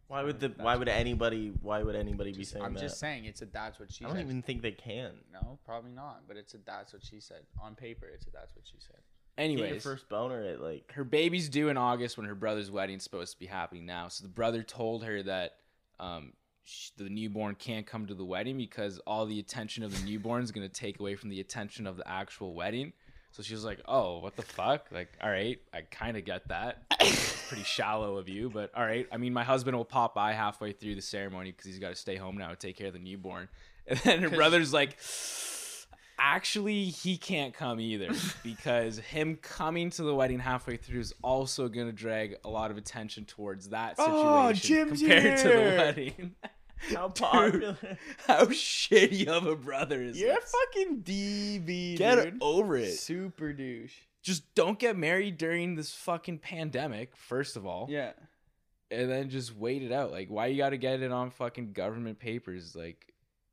Speaker 3: Why would the Why would anybody Why would anybody be saying
Speaker 2: I'm
Speaker 3: that?
Speaker 2: just saying it's a. That's what she
Speaker 3: I don't
Speaker 2: said.
Speaker 3: even think they can.
Speaker 2: No, probably not. But it's a. That's what she said on paper. It's a. That's what she said.
Speaker 3: Get your
Speaker 1: Anyways,
Speaker 3: first boner at like
Speaker 1: her baby's due in August when her brother's wedding's supposed to be happening now. So the brother told her that um, sh- the newborn can't come to the wedding because all the attention of the newborn is going to take away from the attention of the actual wedding. So she was like, "Oh, what the fuck? Like, all right, I kind of get that. It's pretty shallow of you, but all right. I mean, my husband will pop by halfway through the ceremony because he's got to stay home now and take care of the newborn." And then her brother's like, actually he can't come either because him coming to the wedding halfway through is also going to drag a lot of attention towards that situation
Speaker 2: Oh, Jim's
Speaker 1: compared to
Speaker 2: here.
Speaker 1: the wedding
Speaker 3: how popular.
Speaker 1: how shitty of a brother is this?
Speaker 2: fucking DB,
Speaker 1: get over it
Speaker 2: Super douche.
Speaker 1: just don't get married during this fucking pandemic first of
Speaker 3: Oh.
Speaker 1: all
Speaker 2: Yeah.
Speaker 1: and then just wait it out like why you gotta get it on fucking government papers like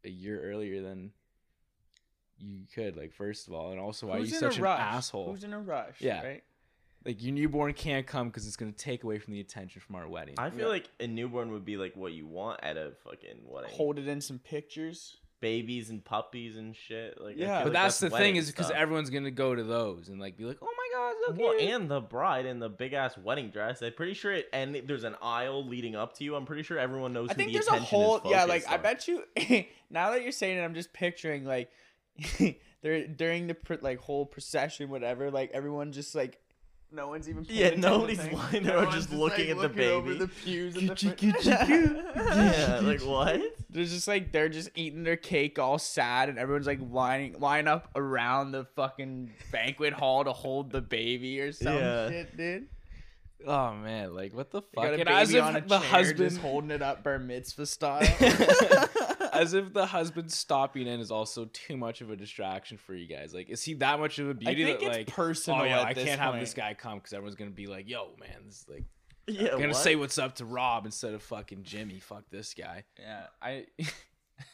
Speaker 1: a year earlier than you could like first of all and also why
Speaker 2: Who's
Speaker 1: are you
Speaker 2: in a
Speaker 1: such an
Speaker 2: rush?
Speaker 1: asshole
Speaker 2: Who's in a rush?
Speaker 1: Yeah.
Speaker 2: Right.
Speaker 1: Like your newborn can't come because it's gonna take away from the attention from our wedding.
Speaker 3: I feel
Speaker 2: Yeah.
Speaker 3: like a newborn would be like what you want at a fucking wedding.
Speaker 2: Hold it in some pictures.
Speaker 3: babies and puppies and shit. Like I
Speaker 2: Yeah.
Speaker 3: feel
Speaker 2: But
Speaker 1: but
Speaker 3: like
Speaker 1: that's, the thing
Speaker 3: wedding
Speaker 1: is because
Speaker 3: stuff.
Speaker 1: everyone's gonna go to those and like be like, oh my god, so
Speaker 3: Well,
Speaker 1: cute.
Speaker 3: and the bride in the big ass wedding dress. I'm pretty sure it. And there's an aisle leading up to you. I'm pretty sure everyone knows.
Speaker 2: I
Speaker 3: who
Speaker 2: think
Speaker 3: the
Speaker 2: there's a
Speaker 3: attention is
Speaker 2: whole yeah, like
Speaker 3: focused
Speaker 2: I
Speaker 3: on.
Speaker 2: bet you now that you're saying it, I'm just picturing like there during the pr- like whole procession, whatever. Like everyone just like no one's even paying
Speaker 3: Yeah,
Speaker 2: attention to
Speaker 3: nobody's
Speaker 2: things.
Speaker 3: lying. They're
Speaker 2: Everyone's
Speaker 3: just looking
Speaker 2: like,
Speaker 3: at the
Speaker 2: over
Speaker 3: baby.
Speaker 2: the pews and the
Speaker 1: Coo,
Speaker 2: fr-
Speaker 1: coo,
Speaker 3: Yeah, like what?
Speaker 2: They're just like they're just eating their cake all sad, and everyone's like lining line up around the fucking banquet hall to hold the baby or some
Speaker 3: Yeah.
Speaker 2: shit, dude.
Speaker 1: oh man, like what the
Speaker 2: They
Speaker 1: fuck?
Speaker 2: Got a
Speaker 1: And
Speaker 2: baby
Speaker 1: as if
Speaker 2: on a
Speaker 1: the
Speaker 2: chair
Speaker 1: husband,
Speaker 2: just holding it up bar mitzvah style.
Speaker 1: as if the husband stopping in is also too much of a distraction for you guys. Like, is he that much of a beauty
Speaker 2: think
Speaker 1: that
Speaker 2: it's
Speaker 1: like
Speaker 2: personal
Speaker 1: Oh yeah,
Speaker 2: at
Speaker 1: I
Speaker 2: this
Speaker 1: can't have
Speaker 2: point."
Speaker 1: this guy come because everyone's gonna be like, yo, man, this is like
Speaker 3: Yeah,
Speaker 1: gonna
Speaker 3: what?
Speaker 1: say what's up to Rob instead of fucking Jimmy. Fuck this guy.
Speaker 2: Yeah, I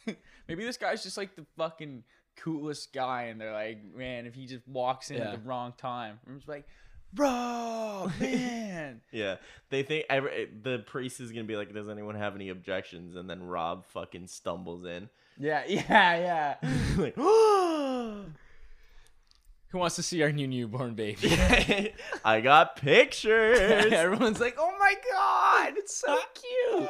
Speaker 2: maybe this guy's just like the fucking coolest guy, and they're like, man, if he just walks in at
Speaker 1: Yeah.
Speaker 2: the wrong time, I'm just like, bro, man.
Speaker 3: Yeah, they think every, the priest is gonna be like, "Does anyone have any objections?" And then Rob fucking stumbles in.
Speaker 2: yeah, yeah, yeah.
Speaker 3: like,
Speaker 1: Who wants to see our new newborn baby?
Speaker 3: I got pictures.
Speaker 1: Everyone's like, oh my god, it's so cute.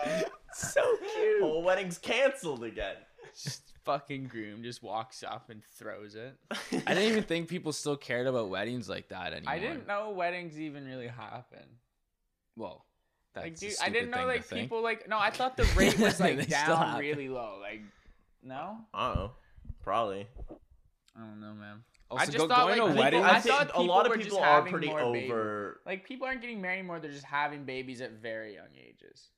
Speaker 1: It's so cute.
Speaker 3: Whole wedding's canceled again.
Speaker 2: Just fucking groom just walks up and throws it.
Speaker 1: I didn't even think people still cared about weddings like that anymore.
Speaker 2: I didn't know weddings even really happen.
Speaker 1: Well, that's
Speaker 2: Like,
Speaker 1: a
Speaker 2: dude, I
Speaker 1: stupid
Speaker 2: didn't know
Speaker 1: thing to
Speaker 2: like
Speaker 1: think.
Speaker 2: people like no. I thought the rate was
Speaker 1: They
Speaker 2: like
Speaker 1: still
Speaker 2: down
Speaker 1: happen.
Speaker 2: really low. Like, no,
Speaker 3: I don't know. Probably.
Speaker 2: I don't know, man.
Speaker 1: Also,
Speaker 2: just
Speaker 1: go-
Speaker 2: thought,
Speaker 1: going
Speaker 2: like,
Speaker 1: to a
Speaker 2: people-
Speaker 1: wedding.
Speaker 2: I
Speaker 3: I think
Speaker 2: thought
Speaker 3: a lot of
Speaker 2: people were
Speaker 3: people
Speaker 2: just
Speaker 3: are
Speaker 2: having
Speaker 3: pretty
Speaker 2: more babies.
Speaker 3: over.
Speaker 2: Like people aren't getting married more; they're just having babies at very young ages.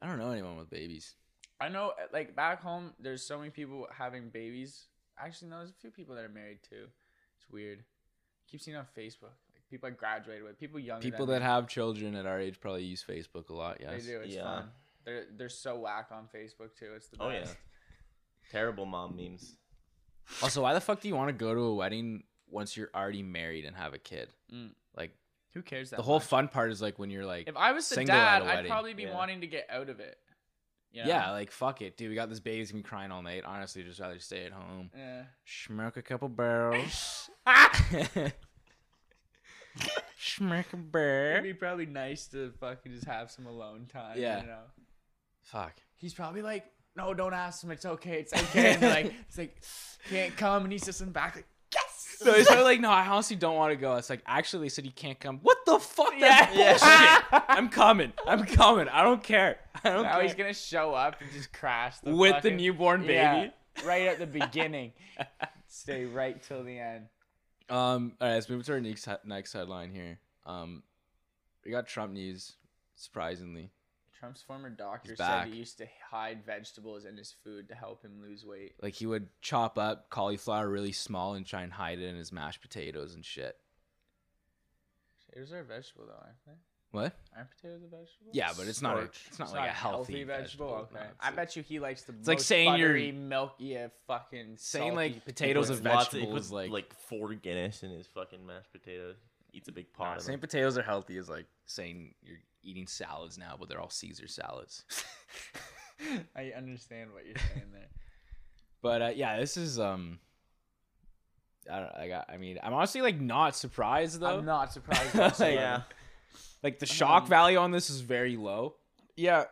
Speaker 1: I don't know anyone with babies.
Speaker 2: I know, uh, like back home, there's so many people having babies. Actually, no, there's a few people that are married too. It's weird. keep seeing on Facebook, like people I graduated with, people younger.
Speaker 1: People
Speaker 2: than
Speaker 1: that have children at our age probably use Facebook a lot.
Speaker 2: me.
Speaker 1: Yes.
Speaker 2: they do. It's
Speaker 3: Yeah.
Speaker 2: fun. They're they're so whack on Facebook too. It's the best.
Speaker 3: Oh yeah, terrible mom memes.
Speaker 1: Also, why the fuck do you want to go to a wedding once you're already married and have a kid?
Speaker 2: Mm.
Speaker 1: Like
Speaker 2: Who cares that?
Speaker 1: the whole
Speaker 2: much?
Speaker 1: fun part is like when you're like,
Speaker 2: if I was the
Speaker 1: single at
Speaker 2: dad,
Speaker 1: a
Speaker 2: I'd
Speaker 1: wedding.
Speaker 2: probably be
Speaker 3: Yeah.
Speaker 2: wanting to get out of it. You
Speaker 1: yeah.
Speaker 2: know?
Speaker 1: like fuck it, dude. We got this baby's gonna be crying all night. Honestly, just rather stay at home,
Speaker 2: Yeah.
Speaker 1: smoke a couple barrels, smoke a
Speaker 2: It'd
Speaker 1: bear.
Speaker 2: be probably nice to fucking just have some alone time.
Speaker 1: Yeah.
Speaker 2: You know?
Speaker 1: Fuck.
Speaker 2: He's probably like, no, don't ask him. It's okay. It's okay. And like, it's like, can't come. And he's just in the back, like, yes.
Speaker 1: So he's probably like, no, I honestly don't want to go. It's like, actually, they said you can't come. What the fuck? That's
Speaker 2: Yeah.
Speaker 1: bullshit. I'm coming. I'm coming. I don't care. I don't
Speaker 2: Now
Speaker 1: care.
Speaker 2: he's gonna show up and just crash the
Speaker 1: With the
Speaker 2: fucking-
Speaker 1: newborn baby.
Speaker 2: Yeah, right at the beginning. Stay right till the end.
Speaker 1: Um, all right, let's move to our next next headline here. Um, we got Trump news. Surprisingly,
Speaker 2: Trump's former doctor
Speaker 1: He's
Speaker 2: said
Speaker 1: back.
Speaker 2: he used to hide vegetables in his food to help him lose weight.
Speaker 1: like he would chop up cauliflower really small and try and hide it in his mashed potatoes and shit.
Speaker 2: It was our vegetable though, aren't they?
Speaker 1: What?
Speaker 2: Aren't potatoes a vegetable?
Speaker 1: Yeah, but it's not. A,
Speaker 3: Starch.
Speaker 1: it's not like a healthy, vegetable. No,
Speaker 2: Okay.
Speaker 1: it's
Speaker 2: I
Speaker 1: a-
Speaker 2: bet you he likes the
Speaker 1: like
Speaker 2: most
Speaker 1: saying you're-
Speaker 2: buttery, milky, uh, fucking
Speaker 1: Saying
Speaker 2: salty
Speaker 1: like potatoes
Speaker 3: He
Speaker 1: and
Speaker 3: puts lots of- he
Speaker 1: vegetables,
Speaker 3: puts,
Speaker 1: like,
Speaker 3: like four Guinness in his fucking mashed potatoes. Eats a big pot. of
Speaker 1: saying
Speaker 3: them.
Speaker 1: potatoes are healthy is like saying you're eating salads now, but they're all Caesar salads.
Speaker 2: I understand what you're saying there.
Speaker 1: But uh, yeah, this is um. I don't. I got. I mean, I'm honestly like not surprised though.
Speaker 2: I'm not
Speaker 1: Like,
Speaker 2: surprised. whatsoever.
Speaker 3: yeah,
Speaker 1: Like the shock
Speaker 2: Um,
Speaker 1: value on this is very low.
Speaker 2: yeah.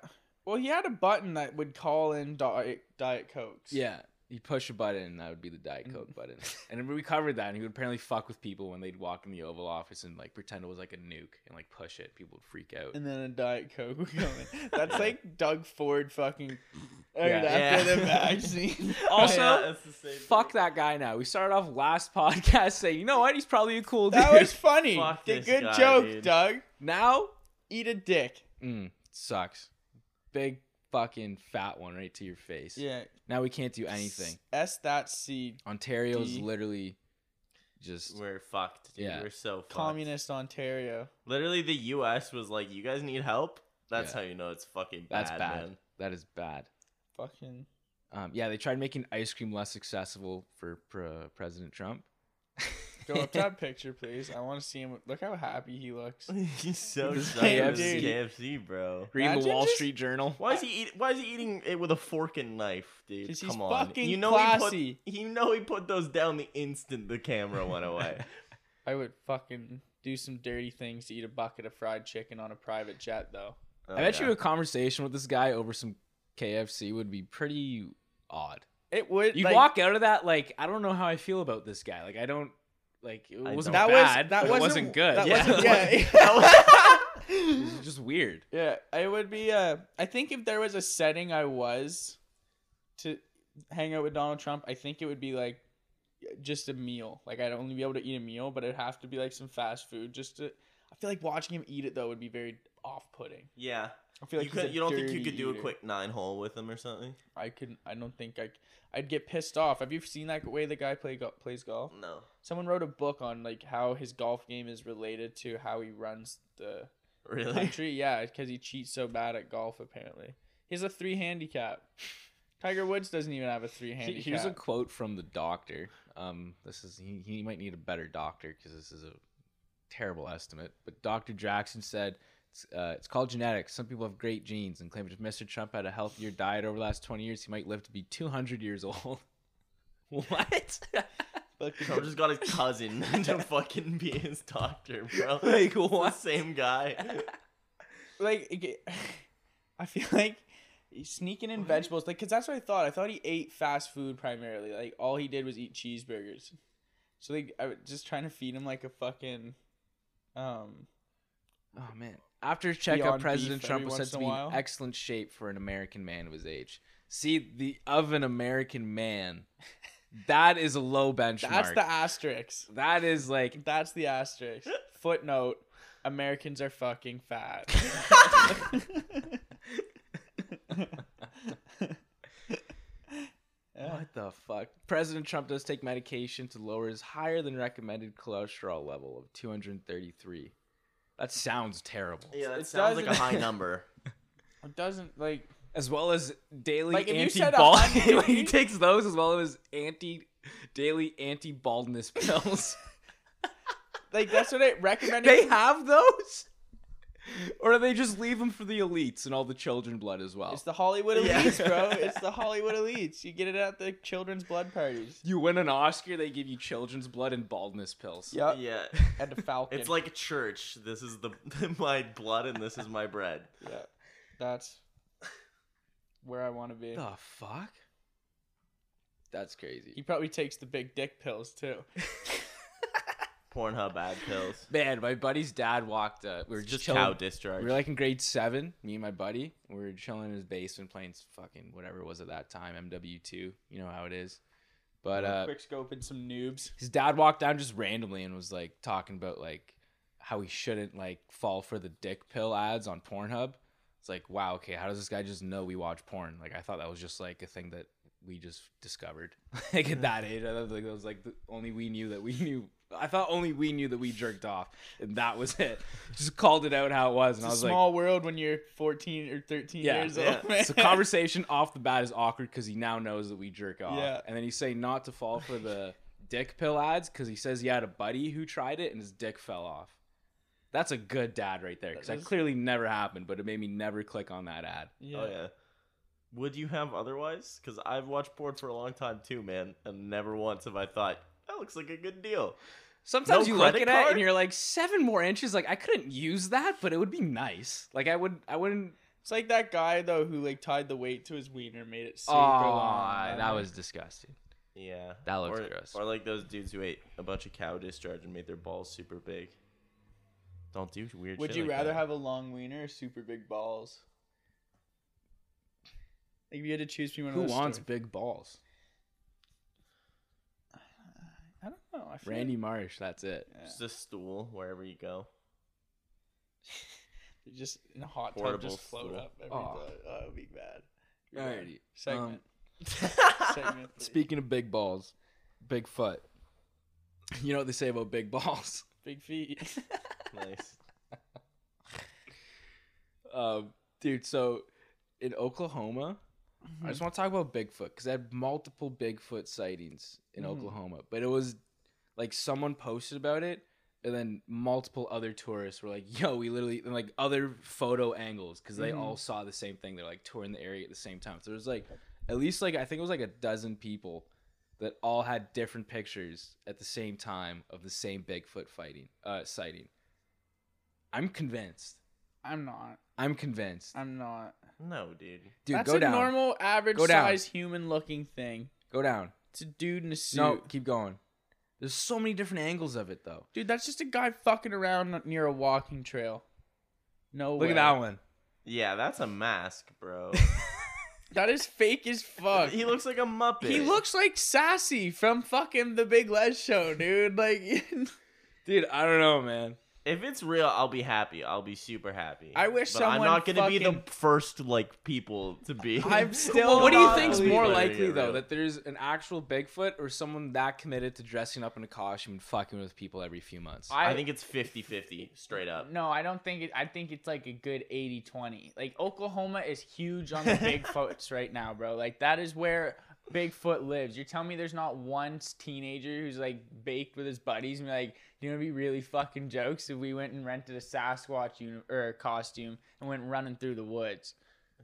Speaker 2: Well, he had a button that would call in diet diet cokes.
Speaker 1: Yeah. He'd push a button and that would be the
Speaker 2: Mm.
Speaker 1: Diet Coke button. And we covered that and he would apparently fuck with people when they'd walk in the Oval Office and like pretend it was like a nuke and like push it. People would freak out.
Speaker 2: and then a diet coke would come in. That's like Doug Ford fucking right
Speaker 1: Yeah.
Speaker 2: after
Speaker 3: Yeah.
Speaker 2: the vaccine.
Speaker 1: Also,
Speaker 3: Yeah, that's the same
Speaker 1: Fuck
Speaker 3: thing.
Speaker 1: that guy now. We started off last podcast saying, you know what, he's probably a cool dude.
Speaker 2: that was funny.
Speaker 3: Fuck
Speaker 2: Good-
Speaker 3: this
Speaker 2: good
Speaker 3: guy,
Speaker 2: joke,
Speaker 3: dude.
Speaker 2: Doug.
Speaker 1: now
Speaker 2: Eat a dick.
Speaker 1: mm, sucks. Big fucking fat one right to your face.
Speaker 2: Yeah.
Speaker 1: Now we can't do anything.
Speaker 2: S that C.
Speaker 1: Ontario's
Speaker 2: D. literally
Speaker 1: literally just
Speaker 3: We're fucked, dude.
Speaker 1: Yeah.
Speaker 3: We're so fucked.
Speaker 2: Communist Ontario.
Speaker 3: Literally, the U.S. was like, "You guys need help." That's
Speaker 1: Yeah.
Speaker 3: how you know it's fucking bad.
Speaker 1: that's bad.
Speaker 3: Man.
Speaker 1: That is bad.
Speaker 2: Fucking.
Speaker 1: Um, yeah, they tried making ice cream less accessible for pre- President Trump.
Speaker 2: Go up to that picture, please. I want to see him. Look how happy he looks.
Speaker 3: He's so
Speaker 1: This
Speaker 3: excited with
Speaker 2: dude.
Speaker 3: KFC, bro.
Speaker 1: Reading
Speaker 2: Imagine
Speaker 1: the Wall
Speaker 2: just-
Speaker 1: Street Journal.
Speaker 3: Why is he eat, Why is he eating it with a fork and knife, dude?
Speaker 2: 'Cause
Speaker 3: Come
Speaker 2: he's
Speaker 3: on,
Speaker 2: fucking
Speaker 3: you know
Speaker 2: classy.
Speaker 3: he put you know he put those down the instant the camera went away.
Speaker 2: I would fucking do some dirty things to eat a bucket of fried chicken on a private jet, though.
Speaker 3: Oh,
Speaker 1: I bet you a conversation with this guy over some KFC would be pretty odd.
Speaker 2: It would.
Speaker 1: You
Speaker 2: like,
Speaker 1: walk out of that like, I don't know how I feel about this guy. Like, I don't like it
Speaker 3: I
Speaker 1: wasn't
Speaker 3: don't-
Speaker 2: That was-
Speaker 1: bad.
Speaker 2: that
Speaker 1: but it
Speaker 2: wasn't-
Speaker 1: wasn't good.
Speaker 2: that
Speaker 1: yeah,
Speaker 2: wasn't-
Speaker 1: it
Speaker 3: yeah.
Speaker 1: was- it was just weird.
Speaker 2: Yeah, it would be. Uh, I think if there was a setting I was to hang out with Donald Trump, I think it would be like just a meal. Like I'd only be able to eat a meal, but it'd have to be like some fast food. Just to, I feel like watching him eat it though would be very off-putting.
Speaker 3: yeah.
Speaker 2: I feel like
Speaker 3: you,
Speaker 2: he's
Speaker 3: could,
Speaker 2: a
Speaker 3: you don't think you
Speaker 2: dirty
Speaker 3: could do
Speaker 2: eater.
Speaker 3: a quick nine hole with him or something?
Speaker 2: I couldn't. I don't think I. c- I'd get pissed off. Have you seen that way the guy play go- plays golf?
Speaker 3: No.
Speaker 2: Someone wrote a book on like how his golf game is related to how he runs the
Speaker 3: Really?
Speaker 2: country. Yeah, because he cheats so bad at golf. Apparently, he has a three handicap. Tiger Woods doesn't even have a three handicap.
Speaker 1: Here's a quote from the doctor. Um, this is he, he might need a better doctor because this is a terrible estimate. But Dr. Jackson said it's, uh, it's called genetics. Some people have great genes and claimed if Mr. Trump had a healthier diet over the last 20 years, he might live to be 200 years old. what?
Speaker 3: Trump just got his cousin to fucking be his doctor, bro.
Speaker 1: like
Speaker 3: The
Speaker 1: what?
Speaker 3: same guy.
Speaker 2: like, it get- I feel like he's sneaking in vegetables, like, cause that's what I thought. I thought he ate fast food primarily. Like, all he did was eat cheeseburgers. So like, I was just trying to feed him like a fucking, um,
Speaker 1: Oh man. After his checkup,
Speaker 2: Beyond
Speaker 1: President
Speaker 2: beef
Speaker 1: Trump
Speaker 2: every
Speaker 1: was
Speaker 2: once
Speaker 1: said to
Speaker 2: in a
Speaker 1: be in
Speaker 2: while.
Speaker 1: excellent shape for an American man of his age. See, the of an American man That is a low benchmark.
Speaker 2: That's the asterisk.
Speaker 1: that is like
Speaker 2: That's the asterisk. Footnote: Americans are fucking fat. Yeah.
Speaker 1: what the fuck. President Trump does take medication to lower his higher than recommended cholesterol level of 233. That sounds terrible.
Speaker 3: Yeah, that
Speaker 2: It
Speaker 3: sounds like a
Speaker 2: doesn't-
Speaker 3: high number.
Speaker 2: It doesn't like
Speaker 1: As well as daily
Speaker 2: Like, if you
Speaker 1: anti
Speaker 2: said a
Speaker 1: bald.
Speaker 2: hundred-
Speaker 1: he takes those as well as anti daily anti baldness pills.
Speaker 2: like that's what it recommended.
Speaker 1: they have those? Or do they just leave them for the elites and all the children blood as well?
Speaker 2: It's the Hollywood
Speaker 3: Yeah.
Speaker 2: elites, bro. It's the Hollywood elites. You get it at the children's blood parties.
Speaker 1: you win an Oscar, they give you children's blood and baldness pills.
Speaker 2: Yep.
Speaker 3: yeah.
Speaker 2: And a falcon.
Speaker 3: It's like a church. This is the my blood and this is my bread.
Speaker 2: yeah. That's where I want to be.
Speaker 1: The fuck? That's crazy.
Speaker 2: He probably takes the big dick pills too.
Speaker 3: Pornhub ad pills.
Speaker 1: Man, my buddy's dad walked up. We were
Speaker 3: It's
Speaker 1: just
Speaker 3: just
Speaker 1: chilling.
Speaker 3: cow discharge.
Speaker 1: We were like in grade seven, me and my buddy. We were chilling in his basement playing s- fucking whatever it was at that time, MW2. You know how it is. But uh,
Speaker 2: Quick scoping some noobs.
Speaker 1: his dad walked down just randomly and was like talking about like how he shouldn't like fall for the dick pill ads on Pornhub. It's like, wow, okay, how does this guy just know we watch porn? Like, I thought that was just like a thing that we just discovered. like at that age, I thought like that was like the, only we knew that we knew. I thought only we knew that we jerked off, and that was it. Just called it out how it was, and
Speaker 2: It's
Speaker 1: I
Speaker 2: a
Speaker 1: was like,
Speaker 2: small world when you're 14 or 13
Speaker 1: Yeah,
Speaker 2: years
Speaker 3: yeah.
Speaker 2: old. Man.
Speaker 1: so conversation off the bat is awkward because he now knows that we jerk off.
Speaker 2: Yeah.
Speaker 1: And then he's saying not to fall for the dick pill ads because he says he had a buddy who tried it and his dick fell off. That's a good dad right there because
Speaker 2: That
Speaker 1: that
Speaker 2: is-
Speaker 1: clearly never happened, but it made me never click on that ad.
Speaker 2: yeah.
Speaker 3: Oh yeah. Would you have otherwise? Because I've watched porn for a long time too, man, and never once have I thought that looks like a good deal.
Speaker 1: Sometimes
Speaker 3: No
Speaker 1: you look at
Speaker 3: credit
Speaker 1: it
Speaker 3: card?
Speaker 1: and you're like seven more inches. Like I couldn't use that, but it would be nice. Like I would, I wouldn't.
Speaker 2: It's like that guy though who like tied the weight to his wiener, and made it super
Speaker 1: Aw,
Speaker 2: long.
Speaker 1: that was disgusting.
Speaker 3: Yeah,
Speaker 1: That looks
Speaker 3: or,
Speaker 1: gross.
Speaker 3: Or like those dudes who ate a bunch of cow discharge and made their balls super big. Don't do weird.
Speaker 2: Would
Speaker 3: shit
Speaker 2: you
Speaker 3: like
Speaker 2: rather
Speaker 3: that.
Speaker 2: have a long wiener or super big balls? Like if you had to choose between one
Speaker 1: Who
Speaker 2: of those
Speaker 1: wants
Speaker 2: stories-
Speaker 1: big balls?
Speaker 2: I don't know. I feel
Speaker 1: Randy
Speaker 2: like-
Speaker 1: Marsh. That's it.
Speaker 2: Yeah.
Speaker 3: Just a stool wherever you go.
Speaker 2: You're Just in a hot tub,
Speaker 3: Portable
Speaker 2: just float
Speaker 3: stool.
Speaker 2: up. Every
Speaker 1: Aw.
Speaker 2: time. Oh, it'd be bad. You're bad.
Speaker 1: Alrighty. um,
Speaker 2: Segment. Segment. please.
Speaker 1: Speaking of big balls, big foot. You know what they say about big balls?
Speaker 2: Big feet.
Speaker 3: nice.
Speaker 1: Um, dude, so in Oklahoma, I just want to talk about Bigfoot because I had multiple Bigfoot sightings in
Speaker 2: Mhm.
Speaker 1: Oklahoma, but it was like someone posted about it, and then multiple other tourists were like, "Yo, we literally and like other photo angles because they
Speaker 2: Mhm.
Speaker 1: all saw the same thing. They're like touring the area at the same time. So there was like at least like I think it was like a dozen people that all had different pictures at the same time of the same Bigfoot fighting uh, sighting. I'm convinced.
Speaker 2: I'm not.
Speaker 1: I'm convinced.
Speaker 2: I'm not.
Speaker 3: No, dude.
Speaker 1: Dude,
Speaker 2: Uh, That's
Speaker 1: go
Speaker 2: a
Speaker 1: down.
Speaker 2: normal, average
Speaker 1: Go down.
Speaker 2: size human looking thing.
Speaker 1: go down.
Speaker 2: It's a dude in a suit.
Speaker 1: No, keep going. There's so many different angles of it though.
Speaker 2: Dude, that's just a guy fucking around near a walking trail. No
Speaker 1: Look
Speaker 2: way.
Speaker 1: at that one.
Speaker 3: Yeah, that's a mask, bro.
Speaker 2: That is fake as fuck.
Speaker 3: he looks like a muppet.
Speaker 2: He looks like Sassy from fucking The Big Les Show, dude. Like,
Speaker 1: Dude, I don't know, man.
Speaker 3: If it's real, I'll be happy. I'll be super happy.
Speaker 2: I wish
Speaker 3: but I'm
Speaker 2: someone
Speaker 3: not gonna be the
Speaker 2: fucking-
Speaker 3: first like people to be.
Speaker 2: I'm still.
Speaker 1: Well, what do you
Speaker 2: not
Speaker 1: think's
Speaker 2: believing-
Speaker 1: more
Speaker 3: Yeah,
Speaker 1: likely
Speaker 3: yeah,
Speaker 1: though,
Speaker 3: real.
Speaker 1: that there's an actual Bigfoot or someone that committed to dressing up in a costume and fucking with people every few months?
Speaker 3: I think it's 50-50, straight up.
Speaker 2: Uh, No, I don't think it. I think it's like a good 80 20. Like, Oklahoma is huge on the Bigfoots right now, bro. Like, that is where Bigfoot lives. You're telling me there's not one s- teenager who's like baked with his buddies and be like, you know, it'd be really fucking jokes if we went and rented a Sasquatch uni- or a costume and went running through the woods.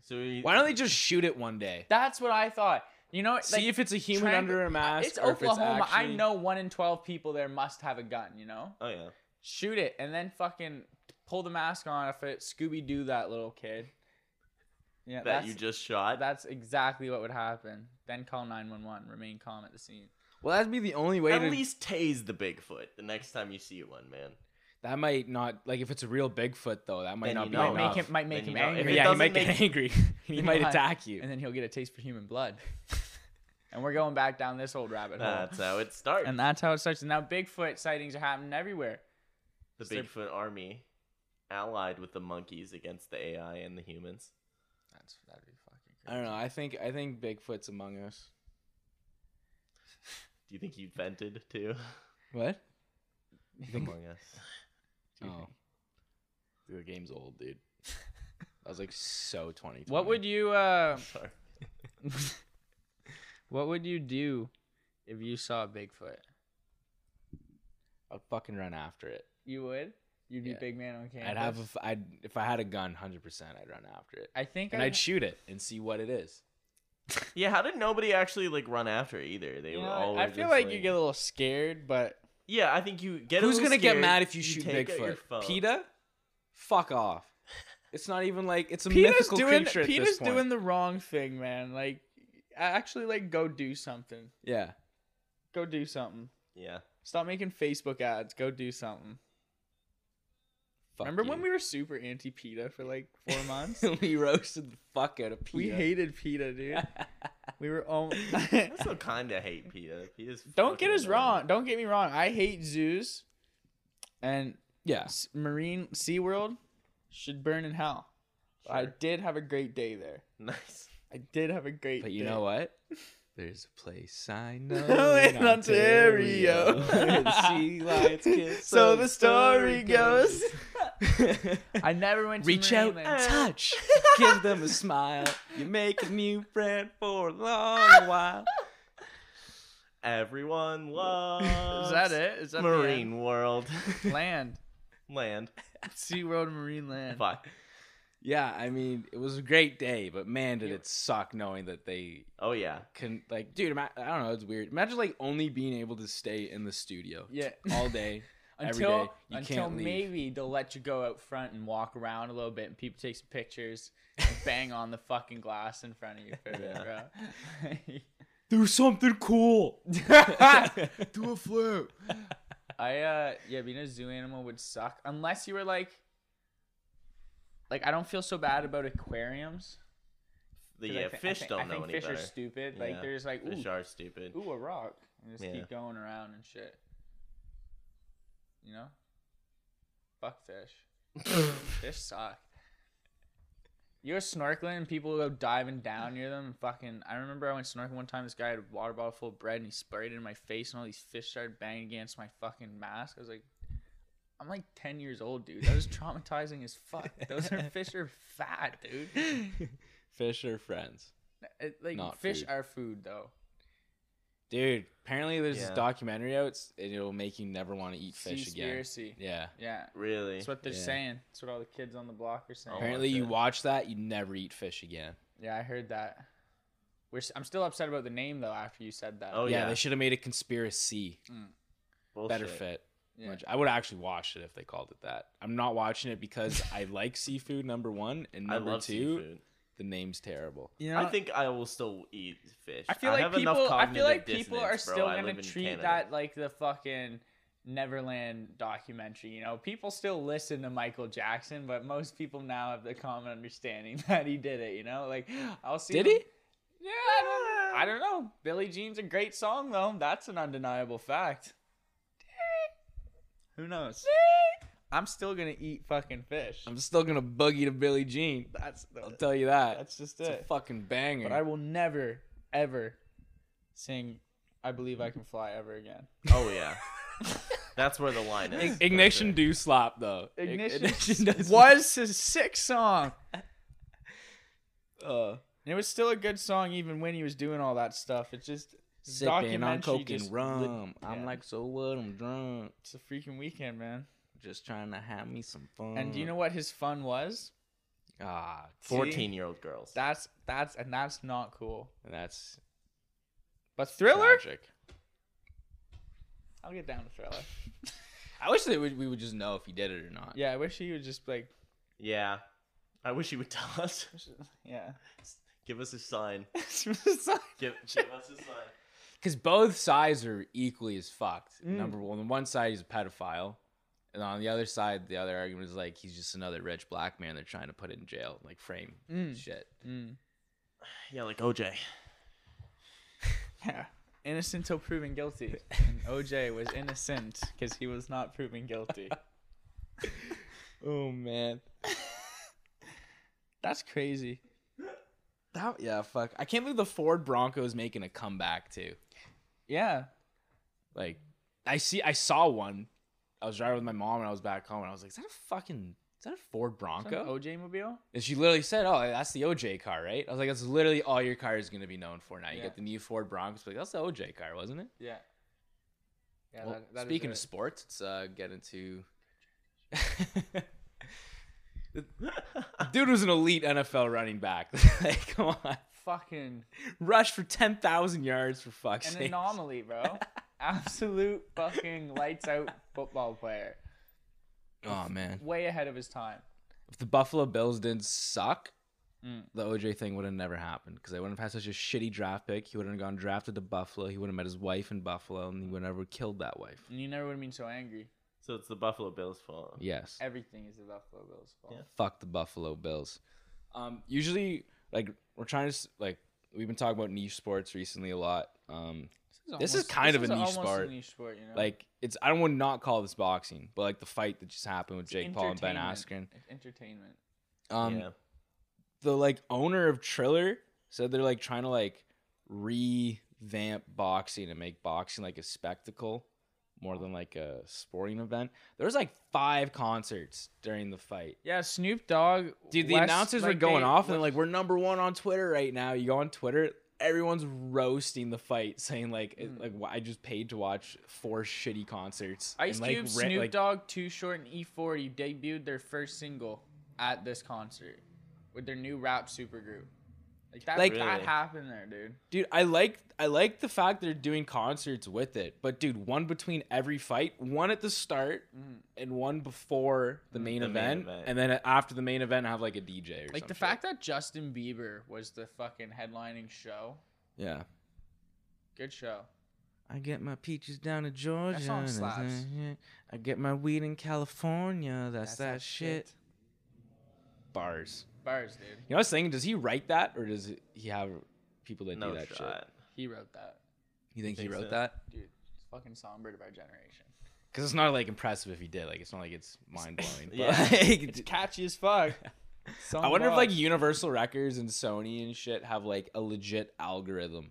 Speaker 3: So we-
Speaker 1: Why don't they just shoot it one day?
Speaker 2: That's what I thought. You know,
Speaker 1: See if it's a human
Speaker 2: trying-
Speaker 1: under a mask.
Speaker 2: It's
Speaker 1: or if
Speaker 2: Oklahoma. I
Speaker 1: actually-
Speaker 2: know one in twelve people there must have a gun. You know,
Speaker 3: Oh yeah.
Speaker 2: shoot it and then fucking pull the mask on if it Scooby Doo that little kid. Yeah,
Speaker 3: That
Speaker 2: that's
Speaker 3: you just shot.
Speaker 2: that's exactly what would happen. Then call nine one one. Remain calm at the scene.
Speaker 1: Well, that'd be the only way
Speaker 3: At
Speaker 1: to.
Speaker 3: least tase the Bigfoot the next time you see one, man.
Speaker 1: that might not like if it's a real Bigfoot though. That might
Speaker 3: Then
Speaker 1: not
Speaker 3: you
Speaker 1: be
Speaker 3: know.
Speaker 1: enough.
Speaker 2: Might make him might make
Speaker 3: Then
Speaker 2: him
Speaker 3: you know. If
Speaker 1: yeah, he
Speaker 2: angry.
Speaker 3: it doesn't
Speaker 1: might get
Speaker 3: make-
Speaker 1: angry. he
Speaker 2: You
Speaker 1: might
Speaker 2: know what?
Speaker 1: attack you.
Speaker 2: and then he'll get a taste for human blood. and we're going back down this old rabbit hole.
Speaker 3: That's how it starts.
Speaker 2: and that's how it starts. And now Bigfoot sightings are happening everywhere.
Speaker 3: the
Speaker 2: they're-
Speaker 3: Bigfoot army allied with the monkeys against the AI and the humans.
Speaker 2: That's that'd be fucking.
Speaker 1: I don't know. I think I think Bigfoot's among us.
Speaker 3: Do you think he vented too? Oh,
Speaker 1: What? think-
Speaker 3: Among us. Do you
Speaker 1: Oh. The game's old, dude. I was like so 20.
Speaker 2: What would you uh,
Speaker 3: think- Sorry.
Speaker 2: What would you do if you saw Bigfoot?
Speaker 1: I'd fucking run after it.
Speaker 2: You would. You'd be
Speaker 1: Yeah.
Speaker 2: big man on campus.
Speaker 1: I'd have a f- I'd if I had a gun, 100, percent I'd run after it,
Speaker 2: I think
Speaker 1: and I'd shoot it and see what it is.
Speaker 3: Yeah, how did nobody actually like run after it either? They
Speaker 2: You
Speaker 3: were
Speaker 2: know,
Speaker 3: all.
Speaker 2: I
Speaker 3: were
Speaker 2: feel
Speaker 3: just,
Speaker 2: like you get a little scared, but
Speaker 3: Yeah, I think you get. a
Speaker 1: Who's
Speaker 3: little
Speaker 1: gonna get
Speaker 3: scared,
Speaker 1: mad if you, shoot
Speaker 3: take out your
Speaker 1: Bigfoot?
Speaker 3: phone.
Speaker 1: PETA? Fuck off. It's not even like it's a
Speaker 2: Peter's
Speaker 1: mythical
Speaker 2: doing
Speaker 1: creature at
Speaker 2: Peter's
Speaker 1: this point.
Speaker 2: doing the wrong thing, man. Like, actually, like go do something.
Speaker 1: yeah.
Speaker 2: Go do something.
Speaker 3: Yeah.
Speaker 2: Stop making Facebook ads. Go do something.
Speaker 1: Fuck
Speaker 2: Remember when
Speaker 1: you.
Speaker 2: we were super anti PETA for like four months?
Speaker 1: we roasted the fuck out of PETA?
Speaker 2: we hated PETA, dude. We were om-
Speaker 3: I still kind of hate PETA. PETA's
Speaker 2: Don't get
Speaker 3: fucking
Speaker 2: us
Speaker 3: annoying.
Speaker 2: wrong. Don't get me wrong. I hate zoos, and
Speaker 1: yeah.
Speaker 2: s- Marine SeaWorld should burn in hell. But I
Speaker 3: Sure.
Speaker 2: did have a great day there.
Speaker 3: Nice.
Speaker 2: I did have a great.
Speaker 1: But you
Speaker 2: day.
Speaker 1: know what? There's a place I know
Speaker 2: No,
Speaker 1: in,
Speaker 2: in Ontario.
Speaker 1: Ontario. where the sea lions kiss.
Speaker 2: So the story goes.
Speaker 1: I
Speaker 2: I never went. To
Speaker 1: reach out,
Speaker 2: Marine
Speaker 1: and
Speaker 2: Land.
Speaker 1: touch, give them a smile. You make a new friend for a long while.
Speaker 3: Everyone loves.
Speaker 2: Is that it? Is that the
Speaker 3: Marine World
Speaker 2: end? Uh, land?
Speaker 3: land.
Speaker 2: SeaWorld Marine Land.
Speaker 3: Fuck.
Speaker 1: Yeah, I mean, it was a great day, but man, did it suck knowing that they
Speaker 3: Oh yeah.
Speaker 1: can like, dude. ima- I don't know, it's weird. Imagine like only being able to stay in the studio
Speaker 2: Yeah.
Speaker 1: all day. every
Speaker 2: Until
Speaker 1: day. You
Speaker 2: until
Speaker 1: can't leave.
Speaker 2: maybe they'll let you go out front and walk around a little bit, and people take some pictures, and bang on the fucking glass in front of you for a bit, bro.
Speaker 1: Do something cool.
Speaker 2: Do a flip. I uh yeah, being a zoo animal would suck unless you were like like I don't feel so bad about aquariums.
Speaker 3: The
Speaker 2: 'cause I
Speaker 3: yeah,
Speaker 2: thi- I
Speaker 3: fish
Speaker 2: think-
Speaker 3: don't
Speaker 2: I
Speaker 3: know
Speaker 2: think
Speaker 3: any
Speaker 2: fish
Speaker 3: better.
Speaker 2: are stupid. Like
Speaker 3: Yeah,
Speaker 2: they're just like
Speaker 3: Fish
Speaker 2: ooh,
Speaker 3: are stupid.
Speaker 2: ooh a rock and just
Speaker 3: Yeah.
Speaker 2: keep going around and shit. You know? Fuck fish. Fish suck. You're snorkeling and people go diving down near them. And fucking, I remember I went snorkeling one time. This guy had a water bottle full of bread and he sprayed it in my face, and all these fish started banging against my fucking mask. I was like, I'm like 10 years old, dude. That was traumatizing as fuck. Those are fish are fat, dude.
Speaker 1: Fish are friends.
Speaker 2: It- like
Speaker 1: Not
Speaker 2: fish
Speaker 1: food.
Speaker 2: are food, though.
Speaker 1: Dude, apparently there's
Speaker 3: Yeah.
Speaker 1: this documentary out, s- and it'll make you never want to eat fish again.
Speaker 2: Conspiracy.
Speaker 1: Yeah.
Speaker 2: Yeah,
Speaker 3: Really?
Speaker 2: that's what they're
Speaker 1: Yeah.
Speaker 2: saying. That's what all the kids on the block are saying.
Speaker 3: Oh,
Speaker 1: Apparently,
Speaker 3: watch
Speaker 1: you
Speaker 3: it.
Speaker 1: watch that, you never eat fish again.
Speaker 2: Yeah, I heard that. We're, s- I'm still upset about the name though. After you said that.
Speaker 3: Oh,
Speaker 1: yeah,
Speaker 3: yeah.
Speaker 1: they should have made it conspiracy.
Speaker 3: Bullshit.
Speaker 1: Better fit.
Speaker 2: Yeah.
Speaker 1: Which I would actually watch it if they called it that. I'm not watching it because I like seafood. Number one and
Speaker 3: I
Speaker 1: number
Speaker 3: love
Speaker 1: two,
Speaker 3: seafood.
Speaker 1: the name's terrible.
Speaker 2: You
Speaker 3: I think I will still eat fish.
Speaker 2: I feel like
Speaker 3: have enough
Speaker 2: people. I feel
Speaker 3: cognitive
Speaker 2: like people are
Speaker 3: dissonance, bro.
Speaker 2: still
Speaker 3: I
Speaker 2: gonna
Speaker 3: live in
Speaker 2: treat
Speaker 3: Canada.
Speaker 2: that like the fucking Neverland documentary. You know, people still listen to Michael Jackson, but most people now have the common understanding that he did it. You know, like I'll see.
Speaker 1: Did
Speaker 2: them-
Speaker 1: he?
Speaker 2: Yeah, I don't, I don't know. Billie Jean's a great song though. That's an undeniable fact. Who knows? I'm still gonna eat fucking fish.
Speaker 1: I'm still gonna boogie to Billie Jean.
Speaker 2: That's
Speaker 1: I'll tell you that.
Speaker 2: that's just
Speaker 1: it's
Speaker 2: it.
Speaker 1: a fucking banger.
Speaker 2: But I will never, ever sing I Believe I Can Fly ever again.
Speaker 3: Oh yeah. That's where the line is.
Speaker 1: Ignition do slap though. Ig-
Speaker 2: Ignition,
Speaker 1: does
Speaker 2: was his sick song.
Speaker 1: Uh,
Speaker 2: And it was still a good song even when he was doing all that stuff. It's just it's a
Speaker 1: sipping on
Speaker 2: documentary
Speaker 1: coke and
Speaker 2: just
Speaker 1: rum.
Speaker 2: lit-
Speaker 1: I'm
Speaker 2: yeah.
Speaker 1: like, so what? I'm drunk.
Speaker 2: it's a freaking weekend, man.
Speaker 1: Just trying to have me some fun.
Speaker 2: And do you know what his fun was?
Speaker 1: ah,
Speaker 3: Fourteen-year-old girls.
Speaker 2: That's that's and that's not cool.
Speaker 1: that's
Speaker 2: But Thriller,
Speaker 1: tragic.
Speaker 2: I'll get down to Thriller.
Speaker 1: I wish that we, we would just know if he did it or not.
Speaker 2: Yeah, I wish he would just like,
Speaker 3: Yeah. I wish you would tell us.
Speaker 2: yeah.
Speaker 3: Give us a sign. Give, give us a sign.
Speaker 1: Because both sides are equally as fucked.
Speaker 2: Mm.
Speaker 1: Number one, on one side he's a pedophile, and on the other side, the other argument is like he's just another rich black man they're trying to put in jail, like frame
Speaker 2: Mm.
Speaker 1: shit.
Speaker 2: Mm.
Speaker 3: Yeah, like OJ.
Speaker 2: Yeah. Innocent till proven guilty. And OJ was innocent because he was not proven guilty.
Speaker 1: Oh man.
Speaker 2: That's crazy.
Speaker 1: That yeah, fuck. I can't believe the Ford Bronco is making a comeback too.
Speaker 2: Yeah.
Speaker 1: Like I see I saw one. I was driving with my mom and I was back home and I was like, is that a fucking is that a Ford
Speaker 2: Is
Speaker 1: Bronco?
Speaker 2: that an OJ mobile?
Speaker 1: And she literally said, "Oh, that's the OJ car, right?" I was like, "That's literally all your car is going to be known for now. You
Speaker 2: Yeah.
Speaker 1: get the new Ford Bronco. It's Like that's the OJ car, wasn't it?"
Speaker 2: Yeah. Yeah,
Speaker 1: Well,
Speaker 2: that, that is
Speaker 1: speaking
Speaker 2: it.
Speaker 1: of sports, let's uh, get into. Dude was an elite NFL running back. like, come on,
Speaker 2: fucking
Speaker 1: rush for ten thousand yards for fuck's
Speaker 2: an
Speaker 1: sake.
Speaker 2: anomaly, bro. Absolute fucking lights out football player.
Speaker 1: oh man,
Speaker 2: Way ahead of his time.
Speaker 1: if the Buffalo Bills didn't suck,
Speaker 2: Mm.
Speaker 1: the OJ thing would have never happened because they wouldn't have had such a shitty draft pick. He wouldn't have gone drafted to Buffalo. He wouldn't have met his wife in Buffalo, and he would never killed that wife.
Speaker 2: And you never would have been so angry.
Speaker 3: So it's the Buffalo Bills' fault.
Speaker 1: Yes.
Speaker 2: Everything is the Buffalo Bills' fault.
Speaker 3: Yeah.
Speaker 1: fuck the Buffalo Bills. Um, usually, like we're trying to s- like we've been talking about niche sports recently a lot. Um, This is kind of a niche
Speaker 2: almost
Speaker 1: sport.
Speaker 2: A niche sport, you know?
Speaker 1: like it's I don't want to not call this boxing, but like the fight that just happened with Jake Paul and Ben Askren.
Speaker 2: entertainment. It's entertainment.
Speaker 1: Um,
Speaker 3: yeah.
Speaker 1: the like owner of Triller said they're like trying to like revamp boxing and make boxing like a spectacle more than like a sporting event. There was like five concerts during the fight.
Speaker 2: Yeah, Snoop Dogg.
Speaker 1: Dude, the
Speaker 2: West-
Speaker 1: announcers were
Speaker 2: like,
Speaker 1: going
Speaker 2: they-
Speaker 1: off and like
Speaker 2: West-
Speaker 1: we're number one on Twitter right now. You go on Twitter, everyone's roasting the fight, saying like it-
Speaker 2: Mm.
Speaker 1: like why- I just paid to watch four shitty concerts.
Speaker 2: Ice
Speaker 1: and, like,
Speaker 2: Cube,
Speaker 1: ra-
Speaker 2: Snoop
Speaker 1: like,
Speaker 2: Dogg, Too Short, and E40 debuted their first single at this concert with their new rap supergroup. Like that,
Speaker 1: Like-
Speaker 2: that
Speaker 3: Really?
Speaker 2: happened there, dude.
Speaker 1: dude, I like I like the fact they're doing concerts with it, but dude, one between every fight, one at the start
Speaker 2: Mm-hmm.
Speaker 1: and one before the main,
Speaker 3: Mm, the main
Speaker 1: event,
Speaker 3: event.
Speaker 1: and then after the main event, have like a DJ or
Speaker 2: Like the fact that Justin Bieber was the fucking headlining show.
Speaker 1: yeah.
Speaker 2: Good show.
Speaker 1: I get my peaches down in Georgia.
Speaker 2: song slaps.
Speaker 1: I get my weed in California. That's, that, shit.
Speaker 2: shit.
Speaker 1: Bars.
Speaker 2: Bars, dude.
Speaker 1: You know, I was thinking, does he write that or does he have people that
Speaker 3: No
Speaker 1: do that shit?
Speaker 3: shot.
Speaker 2: He wrote that.
Speaker 1: You think,
Speaker 3: Think
Speaker 1: he wrote
Speaker 3: so?
Speaker 1: that?
Speaker 2: Dude, it's fucking songbird of our generation.
Speaker 1: Because it's not like impressive if he did. Like, it's not like it's mind blowing.
Speaker 3: Yeah.
Speaker 2: It's catchy as fuck. Oh
Speaker 1: I wonder if like Universal Records and Sony and shit have like a legit algorithm,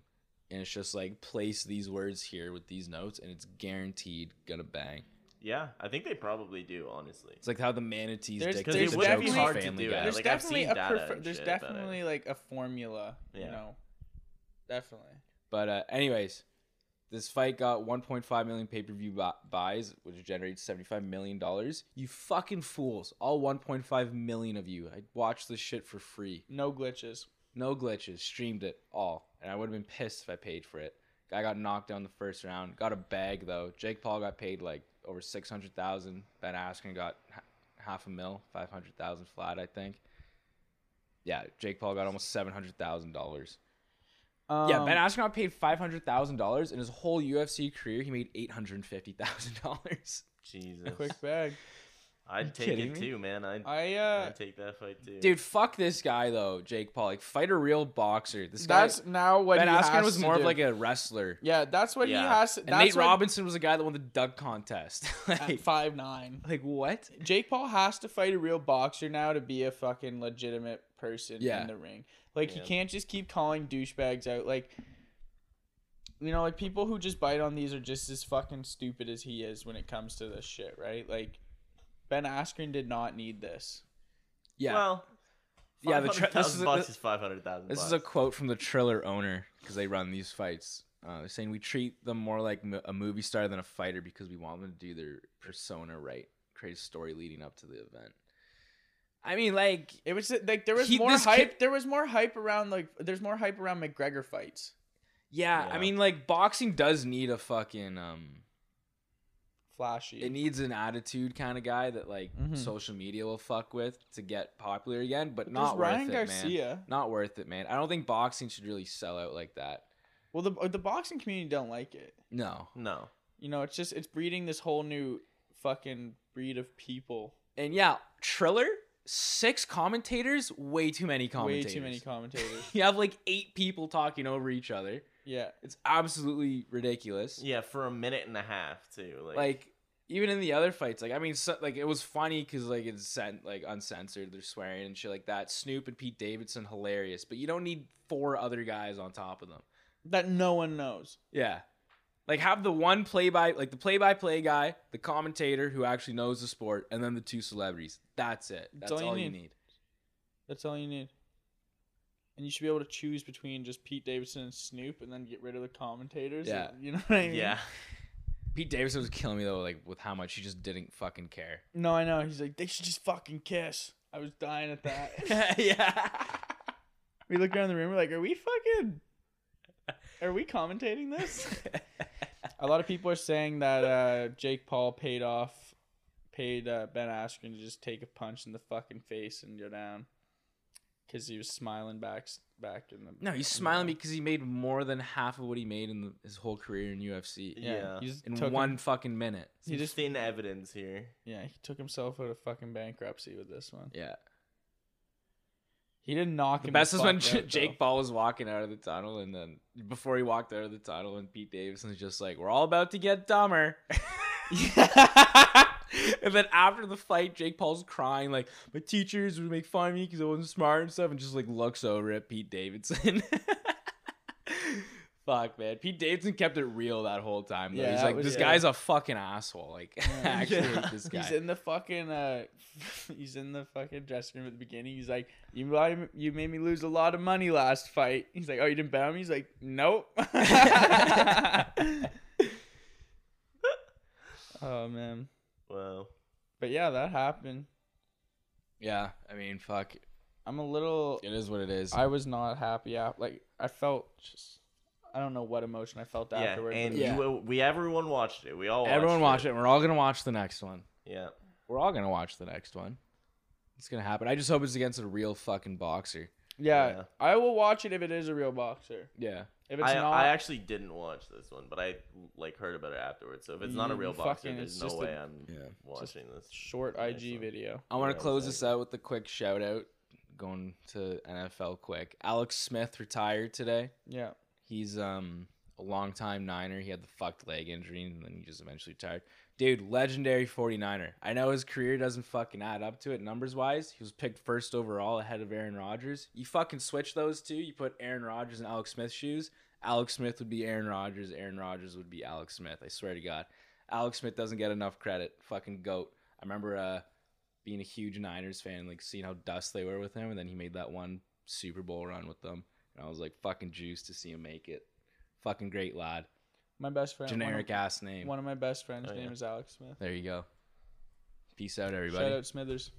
Speaker 1: and it's just like place these words here with these notes, and it's guaranteed gonna bang.
Speaker 3: Yeah, I think they probably do, honestly.
Speaker 1: It's like how the manatees
Speaker 2: There's-
Speaker 1: dictate
Speaker 2: Because
Speaker 1: the
Speaker 2: it would be
Speaker 1: jokes
Speaker 2: hard
Speaker 1: for
Speaker 2: to
Speaker 1: Family
Speaker 3: do
Speaker 1: Guy.
Speaker 3: it.
Speaker 2: there's
Speaker 3: like, I've
Speaker 2: definitely
Speaker 3: seen
Speaker 2: a
Speaker 3: data
Speaker 2: prefer-
Speaker 3: and
Speaker 2: there's
Speaker 3: shit about it.
Speaker 2: definitely like a formula, you
Speaker 3: Yeah.
Speaker 2: know. Definitely.
Speaker 1: But uh, anyways, this fight got 1.5 million pay-per-view bu- buys, which generates 75 million dollars. You fucking fools! All 1.5 million of you. I watched this shit for free,
Speaker 2: No glitches.
Speaker 1: no glitches. Streamed it all, and I would have been pissed if I paid for it. Guy got knocked down the first round. Got a bag though. Jake Paul got paid like over 600 thousand. Ben Askren got ha- half a mil, 500 thousand flat, I think. Yeah, Jake Paul got almost 700 thousand dollars.
Speaker 2: Um,
Speaker 1: Yeah, Ben Askren got paid five hundred thousand dollars in his whole UFC career. He made eight hundred and fifty thousand dollars.
Speaker 3: Jesus.
Speaker 2: quick bag.
Speaker 3: I'd take
Speaker 1: kidding me?
Speaker 3: it too, man. I'd,
Speaker 2: I uh
Speaker 3: I'd take that fight too.
Speaker 1: Dude, fuck this guy though, Jake Paul. Like, fight a real boxer. This guy,
Speaker 2: that's now what
Speaker 1: Ben
Speaker 2: he
Speaker 1: Askren
Speaker 2: has
Speaker 1: was
Speaker 2: to
Speaker 1: more of
Speaker 2: do.
Speaker 1: like a wrestler.
Speaker 2: Yeah, that's what he
Speaker 3: Yeah.
Speaker 2: has to
Speaker 1: And
Speaker 2: that's
Speaker 1: Nate
Speaker 2: what,
Speaker 1: Robinson was the guy that won the dunk contest.
Speaker 2: at
Speaker 1: like,
Speaker 2: five nine.
Speaker 1: like, what?
Speaker 2: Jake Paul has to fight a real boxer now to be a fucking legitimate person
Speaker 1: Yeah.
Speaker 2: in the ring. Like he
Speaker 3: Yeah.
Speaker 2: can't just keep calling douchebags out. Like you know, like people who just bite on these are just as fucking stupid as he is when it comes to this shit, right? Like Ben Askren did not need this.
Speaker 1: Yeah,
Speaker 3: Well,
Speaker 1: yeah. The tra- this, is a,
Speaker 3: bucks
Speaker 1: this-
Speaker 3: is five hundred thousand.
Speaker 1: this is a quote from the Triller owner because they run these fights. Uh, they're saying we treat them more like mo- a movie star than a fighter because we want them to do their persona right, create a story leading up to the event. I mean, like,
Speaker 2: It was like there was
Speaker 1: He-
Speaker 2: more
Speaker 1: this
Speaker 2: hype.
Speaker 1: kid-
Speaker 2: there was more hype around like there's more hype around McGregor fights.
Speaker 1: Yeah, I
Speaker 3: Yeah.
Speaker 1: mean, like boxing does need a fucking um,
Speaker 2: Flashy.
Speaker 1: it needs an attitude kind of guy that like
Speaker 2: Mhm.
Speaker 1: social media will fuck with to get popular again, but,
Speaker 2: There's
Speaker 1: not worth
Speaker 2: Ryan
Speaker 1: it, man.
Speaker 2: Garcia.
Speaker 1: Not worth it, man. I don't think boxing should really sell out like that.
Speaker 2: Well, the the boxing community don't like it.
Speaker 1: No,
Speaker 3: no.
Speaker 2: You know, it's just it's breeding this whole new fucking breed of people.
Speaker 1: and yeah, Triller six commentators, way too many
Speaker 2: Way
Speaker 1: commentators.
Speaker 2: too many commentators.
Speaker 1: You have like eight people talking over each other.
Speaker 2: Yeah.
Speaker 1: It's absolutely ridiculous.
Speaker 3: Yeah, for a minute and a half too. Like,
Speaker 1: like even in the other fights like i mean so, like it was funny because like it's sent like uncensored they're swearing and shit like that snoop and pete davidson hilarious but you don't need four other guys on top of them
Speaker 2: That no one knows.
Speaker 1: yeah like have the one play by like the play by play guy the commentator who actually knows the sport and then the two celebrities that's it that's all, you need,
Speaker 2: That's all you need. And you should be able to choose between just Pete Davidson and Snoop and then get rid of the commentators.
Speaker 1: Yeah.
Speaker 2: and- you know what I mean?
Speaker 3: yeah,
Speaker 1: pete davidson was killing me though like with how much he just didn't fucking care
Speaker 2: No, I know. He's like, they should just fucking kiss. I was dying at that.
Speaker 1: yeah
Speaker 2: we looked around the room. We're like, are we fucking. Are we commentating this? A lot of people are saying that uh, Jake Paul paid off, paid uh, Ben Askren to just take a punch in the fucking face and go down, because he was smiling back back in the.
Speaker 1: no he's smiling because he made more than half of what he made in the, his whole career in ufc
Speaker 3: Yeah.
Speaker 2: he just
Speaker 1: in
Speaker 2: took him-
Speaker 1: one fucking minute
Speaker 2: he
Speaker 3: he
Speaker 2: just
Speaker 3: just in evidence here.
Speaker 2: yeah he took himself out of fucking bankruptcy with this one.
Speaker 1: yeah
Speaker 2: He didn't knock
Speaker 1: The
Speaker 2: him.
Speaker 1: best
Speaker 2: the
Speaker 1: is when
Speaker 2: fuck
Speaker 1: J-
Speaker 2: out,
Speaker 1: Jake Paul was walking out of the tunnel, and then before he walked out of the tunnel, and Pete Davidson was just like, "We're all about to get dumber." and then after the fight, Jake Paul's crying like, "My teachers would make fun of me because I wasn't smart and stuff," and just like looks over at Pete Davidson. Fuck man, Pete Davidson kept it real that whole time. Though.
Speaker 2: Yeah,
Speaker 1: He's
Speaker 2: that
Speaker 1: like,
Speaker 2: was-
Speaker 1: "This
Speaker 3: yeah.
Speaker 1: guy's a fucking asshole." Like, I actually
Speaker 3: Yeah.
Speaker 1: hate this
Speaker 2: though.
Speaker 1: guy.
Speaker 2: He's in the fucking uh, he's in the fucking dressing room at the beginning. He's like, you li- you made me lose a lot of money last fight. He's like, oh, you didn't bet on me. He's like, nope. oh man,
Speaker 3: Well,
Speaker 2: but yeah, that happened.
Speaker 1: yeah, I mean, fuck,
Speaker 2: I'm a little.
Speaker 1: it is what it is.
Speaker 2: I was not happy. af- Like I felt just. I don't know what emotion I felt
Speaker 3: yeah,
Speaker 2: afterwards.
Speaker 3: and
Speaker 2: but-
Speaker 1: Yeah.
Speaker 3: you we everyone watched it. We all watched
Speaker 1: Everyone watch it. and We're all gonna watch the next one.
Speaker 3: Yeah,
Speaker 1: We're all gonna watch the next one. It's gonna happen. I just hope it's against a real fucking boxer.
Speaker 2: yeah,
Speaker 3: Yeah.
Speaker 2: I will watch it if it is a real boxer.
Speaker 1: Yeah.
Speaker 2: If it's
Speaker 3: I,
Speaker 2: not,
Speaker 3: I actually didn't watch this one, but I like heard about it afterwards. So if it's not a
Speaker 2: You
Speaker 3: real boxer,
Speaker 2: fucking- it's
Speaker 3: there's
Speaker 2: just
Speaker 3: no
Speaker 2: a-
Speaker 3: way i I'm
Speaker 1: Yeah.
Speaker 3: watching this.
Speaker 2: short
Speaker 3: Nice
Speaker 2: IG
Speaker 3: one.
Speaker 2: video.
Speaker 1: I want to
Speaker 3: Yeah,
Speaker 1: close this
Speaker 3: exactly.
Speaker 1: out with a quick shout out. Going to NFL quick. Alex Smith retired today.
Speaker 2: Yeah,
Speaker 1: He's um a longtime Niner. He had the fucked leg injury and then he just eventually retired. Dude, legendary 49er. I know his career doesn't fucking add up to it numbers wise. He was picked first overall ahead of Aaron Rodgers. You fucking switch those two. You put Aaron Rodgers in Alex Smith's shoes. Alex Smith would be Aaron Rodgers. Aaron Rodgers would be Alex Smith. I swear to God. Alex Smith doesn't get enough credit. Fucking goat. I remember uh, being a huge Niners fan, like seeing how dust they were with him, and then he made that one Super Bowl run with them, and I was like fucking juiced to see him make it. Fucking great lad.
Speaker 2: my best friend.
Speaker 1: Generic
Speaker 2: One
Speaker 1: ass
Speaker 2: of,
Speaker 1: name.
Speaker 2: one of my best friends'
Speaker 3: Oh,
Speaker 2: name
Speaker 3: yeah.
Speaker 2: is Alex Smith.
Speaker 1: There you go. Peace out, everybody.
Speaker 2: Shout out Smithers.